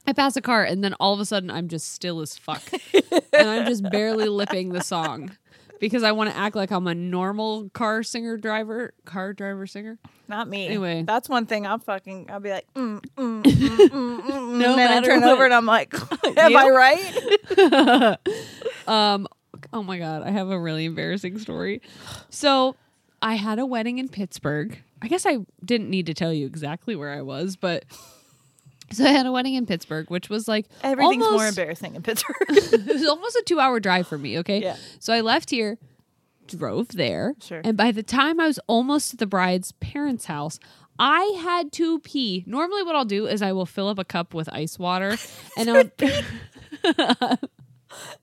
I pass a car, and then all of a sudden I'm just still as fuck, and I'm just barely lipping the song because I want to act like I'm a normal car singer driver, car driver singer.
Not me.
Anyway.
that's one thing I'll fucking I'll be like, mm, mm, mm, mm, mm,
No
and then I
matter
turn
what.
over and I'm like, am I right?
um oh my god i have a really embarrassing story so i had a wedding in pittsburgh i guess i didn't need to tell you exactly where i was but so i had a wedding in pittsburgh which was like
Everything's more
almost,
embarrassing in Pittsburgh.
it was almost a two hour drive for me okay
Yeah.
so i left here drove there
Sure.
and by the time i was almost at the bride's parents house I had to pee. Normally, what I'll do is I will fill up a cup with ice water, and I'll.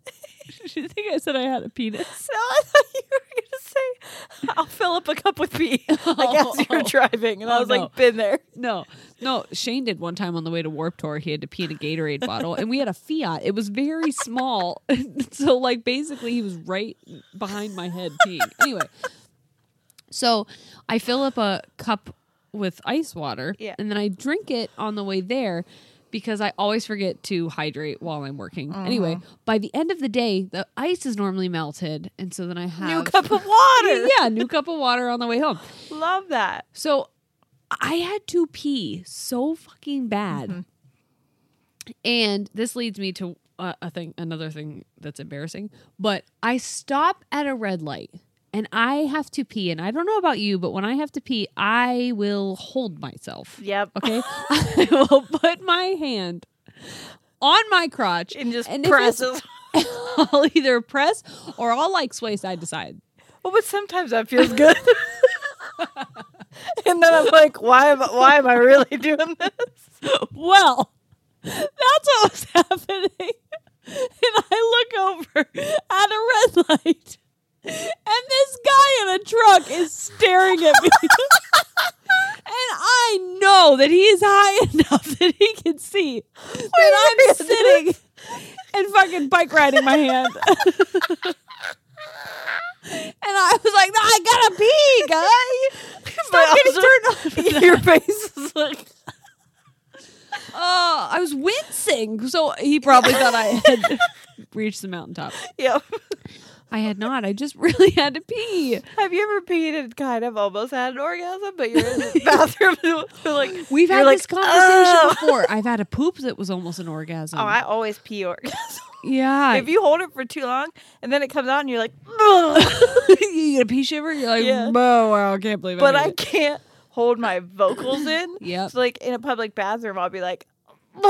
Do you think I said I had a penis?
so I thought you were gonna say, I'll fill up a cup with pee. Like as you were driving, and I
Oh,
was
no.
like, been there.
No, no. Shane did one time on the way to Warp Tour. He had to pee in a Gatorade bottle, and we had a Fiat. It was very small, so like basically he was right behind my head peeing. Anyway, so I fill up a cup with ice water,
Yeah.
and then I drink it on the way there because I always forget to hydrate while I'm working. Anyway,
Uh-huh.
by the end of the day, the ice is normally melted, and so then I have
New cup of water.
yeah, new cup of water on the way home.
Love that.
So I had to pee so fucking bad. And this leads me to uh, a thing another thing that's embarrassing, but I stop at a red light and I have to pee and I don't know about you, but when I have to pee, I will hold myself.
Yep.
Okay? I will put my hand on my crotch
And just
if it's-
presses.
I'll either press or I'll like sway side to side.
Well, Oh, but sometimes that feels good. and then I'm like, why am I, why am I really doing this?
Well, that's what was happening. And I look over at a red light, and this guy in a truck is staring at me. and I know that he is high enough that he can see that I'm sitting and fucking bike riding my hand. and I was like, I gotta pee, guy. Stop getting turned on.
Your face is like
Oh, I was wincing. So he probably thought I had reached the mountaintop.
Yep.
I had not. I just really had to pee.
Have you ever peed and kind of almost had an orgasm, but you're in the bathroom? you're like
We've
you're
had
like,
this conversation
"Oh."
before. I've had a poop that was almost an orgasm.
Oh, I always pee orgasm.
yeah.
if you hold it for too long and then it comes out and you're like, "Ugh."
you get a pee shiver, you're like,
Yeah.
whoa, wow, I can't believe
but
I
I
did it."
can't hold my vocals in.
Yep.
So like in a public bathroom, I'll be like, for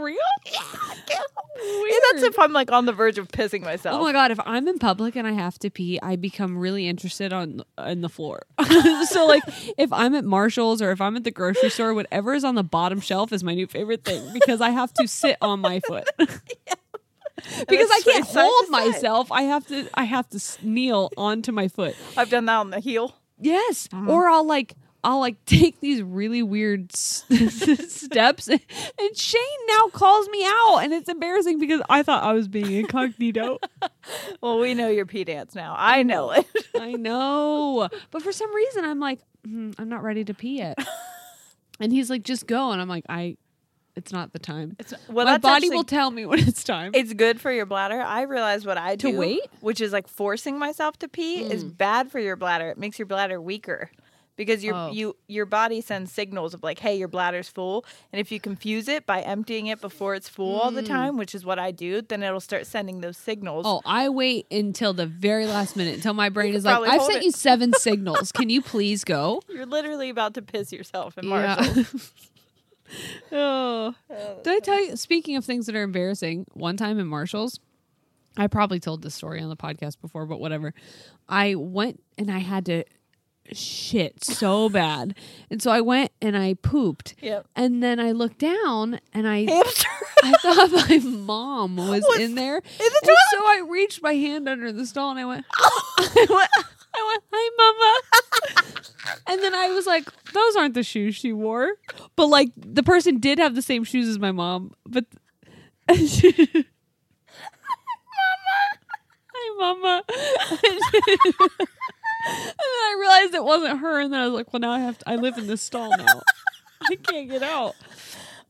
real? Yeah. I can't- And that's
Weird.
if I'm like on the verge of pissing myself.
Oh my god! If I'm in public and I have to pee, I become really interested on in the floor. so like, if I'm at Marshalls or if I'm at the grocery store, whatever is on the bottom shelf is my new favorite thing because I have to sit on my foot. because I
it's
can't
side to
hold
side.
myself, I have to I have to s- kneel onto my foot.
I've done that on the heel.
Yes,
Uh-huh.
or I'll like I'll like take these really weird s- steps, and, and Shane now calls me out, and it's embarrassing because I thought I was being incognito.
Well, we know your pee dance now. I know it.
I know, but for some reason I'm like "Mm, I'm not ready to pee yet, and he's like just go, and I'm like I, it's not the time.
It's, well,
My
that's
body
actually-
will tell me when it's time.
It's good for your bladder. I realize what I
To
do,
wait?
Mm. which is like forcing myself to pee, is bad for your bladder. It makes your bladder weaker because your
Oh.
you your body sends signals of like, hey, your bladder's full, and if you confuse it by emptying it before it's full all the
Mm.
time, which is what I do, then it'll start sending those signals.
Oh, I wait until the very last minute until my brain
could
is like,
probably
I've
hold
sent
it."
you seven signals. Can you please go?
You're literally about to piss yourself in
Yeah.
Marshall.
oh. Did I tell you? Speaking of things that are embarrassing, one time in Marshalls, I probably told this story on the podcast before, but whatever. I went and I had to shit so bad. And so I went and I pooped.
Yep.
And then I looked down and I I thought my mom was in there. and so I reached my hand under the stall and I went, I went, I went, hi mama. and then I was like, those aren't the shoes she wore. But like the person did have the same shoes as my mom, but hi mama. and then I realized it wasn't her and then I was like, well now I have to, I live in this stall now. I can't get out.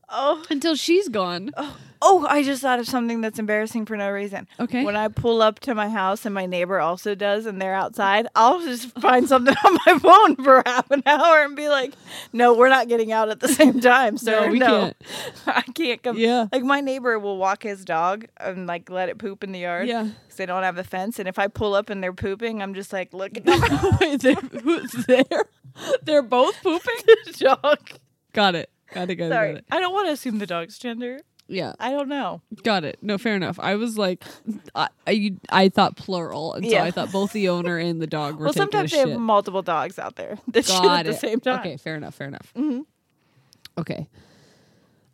Oh.
Until she's gone.
Oh. Oh, I just thought of something that's embarrassing for no reason.
Okay.
When I pull up to my house and my neighbor also does and they're outside, I'll just find something on my phone for half an hour and be like, no, we're not getting out at the same time, sir.
we can't.
I can't come.
Yeah.
Like my neighbor will walk his dog and like let it poop in the yard.
Yeah.
Because they don't have a fence. And if I pull up and they're pooping, I'm just like, look. Wait,
who's there? They're both pooping?
dog.
Got it. Got it. Got it.
Sorry.
Got it.
I don't want to assume the dog's gender.
Yeah.
I don't know.
Got it. No, fair enough. I was like, I I, I thought plural, and
Yeah.
so I thought both the owner and the dog were.
well,
taking
sometimes
a
they have
shit.
multiple dogs out there that shit
Got
at the
it.
same time. Mm-hmm.
Okay, fair enough. Fair enough. Okay.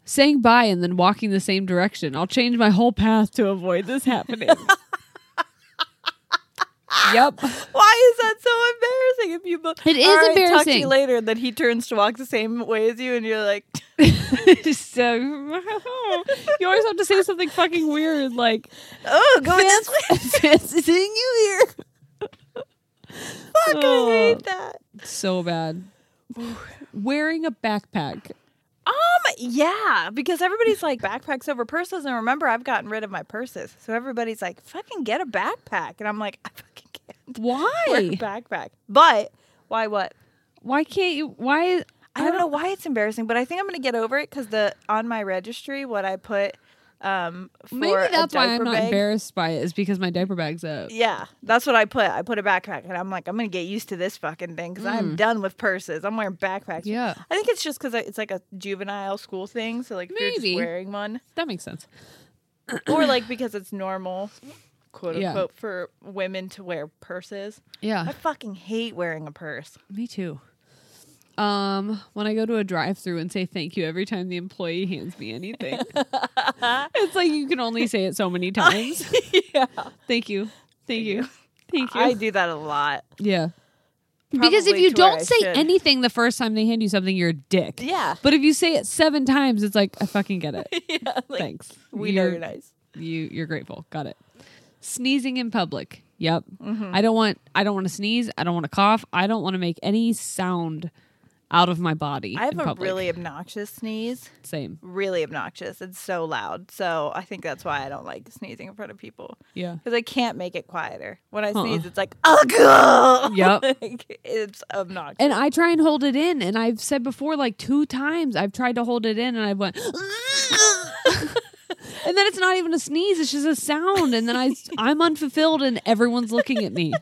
Saying bye and then walking the same direction. I'll change my whole path to avoid this happening. yep.
Why is that so embarrassing? If you both,
It is
All right, Talk to
embarrassing.
you later, and then he turns to walk the same way as you, and you're like,
so you always have to say something fucking weird, like
"Oh, go this way."
Fancy seeing you here.
Fuck, I hate that.
So bad. Wearing a backpack.
Um, yeah, because everybody's like backpacks over purses, and remember, I've gotten rid of my purses, so everybody's like, "Fucking get a backpack," and I'm like, "I fucking can't."
Why?
wear a backpack? But why? What?
Why can't you? Why?
I don't know why it's embarrassing, but I think I'm gonna get over it because the on my registry, what I put. Um, for
Maybe
a
that's why I'm
diaper
not
bag-
embarrassed by it. Is because my diaper bag's up.
Yeah, that's what I put. I put a backpack, and I'm like, I'm gonna get used to this fucking thing because I'm
Mm.
done with purses. I'm wearing backpacks.
Yeah.
I think it's just because it's like a juvenile school thing. So like, if you're
Maybe.
just wearing one,
That makes sense.
or like because it's normal, quote
Yeah.
unquote, for women to wear purses.
Yeah.
I fucking hate wearing a purse.
Me too. Um, when I go to a drive-through and say thank you every time the employee hands me anything, it's like you can only say it so many times.
yeah.
Thank you. Thank you. Thank you.
I do that a lot.
Yeah. because if
Probably
you
to where
don't
I
say
should.
anything the first time they hand you something, you're a dick.
Yeah.
But if you say it seven times, it's like I fucking get it.
yeah, like,
Thanks.
We know you're nice.
You you're grateful. Got it. Sneezing in public. Yep.
Mhm.
I don't want I don't want to sneeze. I don't want to cough. I don't want to make any sound out of my body.
I have
in
a
public.
really obnoxious sneeze.
same.
Really obnoxious. It's so loud. So I think that's why I don't like sneezing in front of people.
Yeah.
because I can't make it quieter. When I
Huh.
sneeze, it's like ugh.
Yep.
Like, it's obnoxious.
And I try and hold it in. And I've said before, like two times, I've tried to hold it in, and I went, and then it's not even a sneeze; it's just a sound. And then I, I'm unfulfilled, and everyone's looking at me.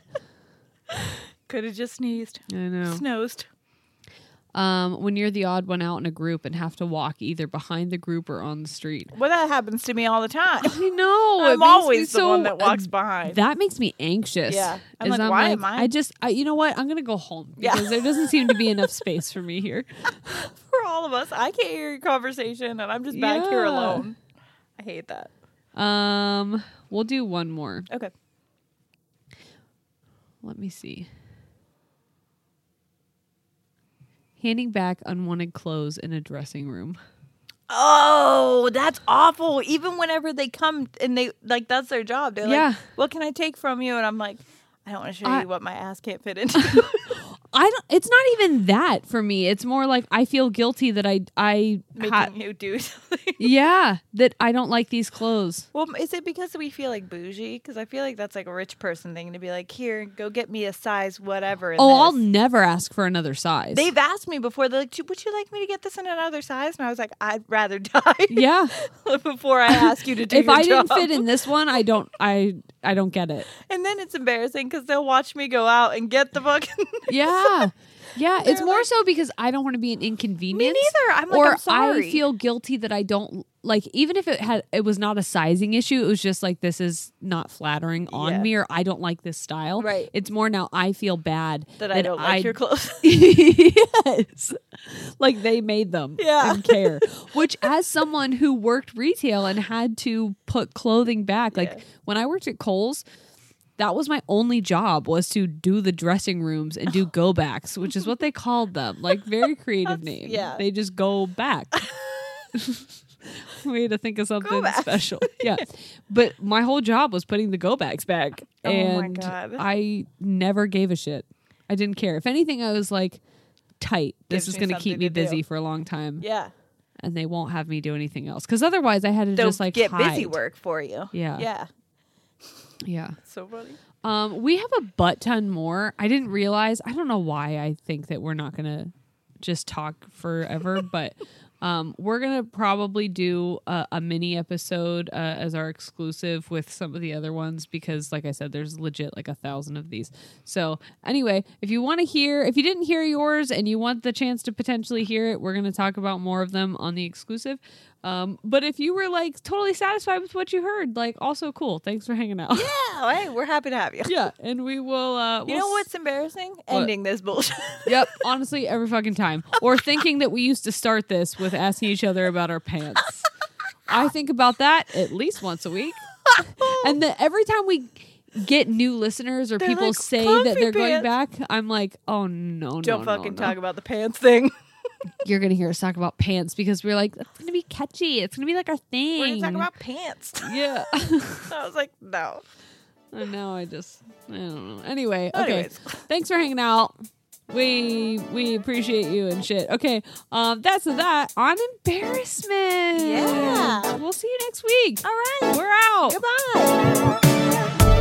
could have just sneezed,
I know.
snosed.
Um, when you're the odd one out in a group and have to walk either behind the group or on the street,
Well, that happens to me all the time.
I know. it makes
I'm
me
always the one
so-
that walks behind.
That makes me anxious.
Yeah. I'm
Is
like, why am I-
I just, I, you know what? I'm gonna go home
Yeah.
because there doesn't seem to be enough space for me here.
For all of us, I can't hear your conversation, and I'm just back here
Yeah.
alone. I hate that.
Um, we'll do one more.
Okay.
Let me see. Handing back unwanted clothes in a dressing room.
Oh, that's awful. Even whenever they come and they like, that's their job. They're
Yeah.
like, "What can I take from you?" And I'm like, "I don't want to show
I-
you what my ass can't fit into."
I don't. It's not even that for me. It's more like I feel guilty that I I
Making
ha-
you do something.
yeah that I don't like these clothes.
Well, is it because we feel like bougie? Because I feel like that's like a rich person thing to be like, here, go get me a size whatever. in
Oh, I'll
this."
never ask for another size.
They've asked me before. They're like, "Do- "Would you like me to get this in another size?" And I was like, "I'd rather die."
Yeah.
before I ask you to do.
if
your
I didn't
job.
fit in this one, I don't. I I don't get it.
and then it's embarrassing because they'll watch me go out and get the fucking.
Yeah. Yeah, it's more so because I don't want to be an inconvenience.
neither. I'm like,
or
I'm sorry.
I feel guilty that I don't like. Even if it had, it was not a sizing issue. It was just like this is not flattering on
Yeah.
me, or I don't like this style.
Right.
It's more now I feel bad
That I don't like your clothes.
yes, like they made them.
Yeah.
and care. Which, as someone who worked retail and had to put clothing back, like when I worked at Kohl's, that was my only job was to do the dressing rooms and do go backs, which is what they called them. Like very creative name.
yeah.
They just go back. Way to think of something
backs.
special. Yeah. But my whole job was putting the go backs back.
Oh my
and
God.
I never gave a shit. I didn't care. If anything, I was like, tight. This
Gives me
is going to keep
something
me
to do.
busy for a long time.
Yeah,
And they won't have me do anything else. Because otherwise, I had to
they'll
just like
get busy
hide.
work for you.
Yeah.
yeah.
Yeah.
So funny.
Um, we have a butt ton more. I didn't realize. I don't know why I think that we're not gonna just talk forever, but um, we're gonna probably do a, a mini episode uh, as our exclusive with some of the other ones because, like I said, there's legit like a thousand of these. So anyway, if you want to hear, if you didn't hear yours and you want the chance to potentially hear it, we're gonna talk about more of them on the exclusive. Um, but if you were like totally satisfied with what you heard, like also cool. Thanks for hanging out.
Yeah, hey, we're happy to have you.
Yeah, and we will. Uh,
You
we'll
know
s-
what's embarrassing? Ending this bullshit.
Yep, honestly, every fucking time. Or thinking that we used to start this with asking each other about our pants. I think about that at least once a week, and then every time we get new listeners or
They're
people
like,
say
"Comfy
that they're going back,
pants."
I'm like, oh no,
Don't
no, no,
fucking
no.
talk about the pants thing.
You're gonna hear us talk about pants because we're like, it's gonna be catchy. It's gonna be like our thing.
We're gonna talk about pants.
yeah.
I was like, no.
And now I just I don't know. Anyway, okay.
Anyways.
Thanks for hanging out. We we appreciate you and shit. Okay. Um that's that on embarrassment.
Yeah.
We'll see you next week.
All right.
We're out.
Goodbye.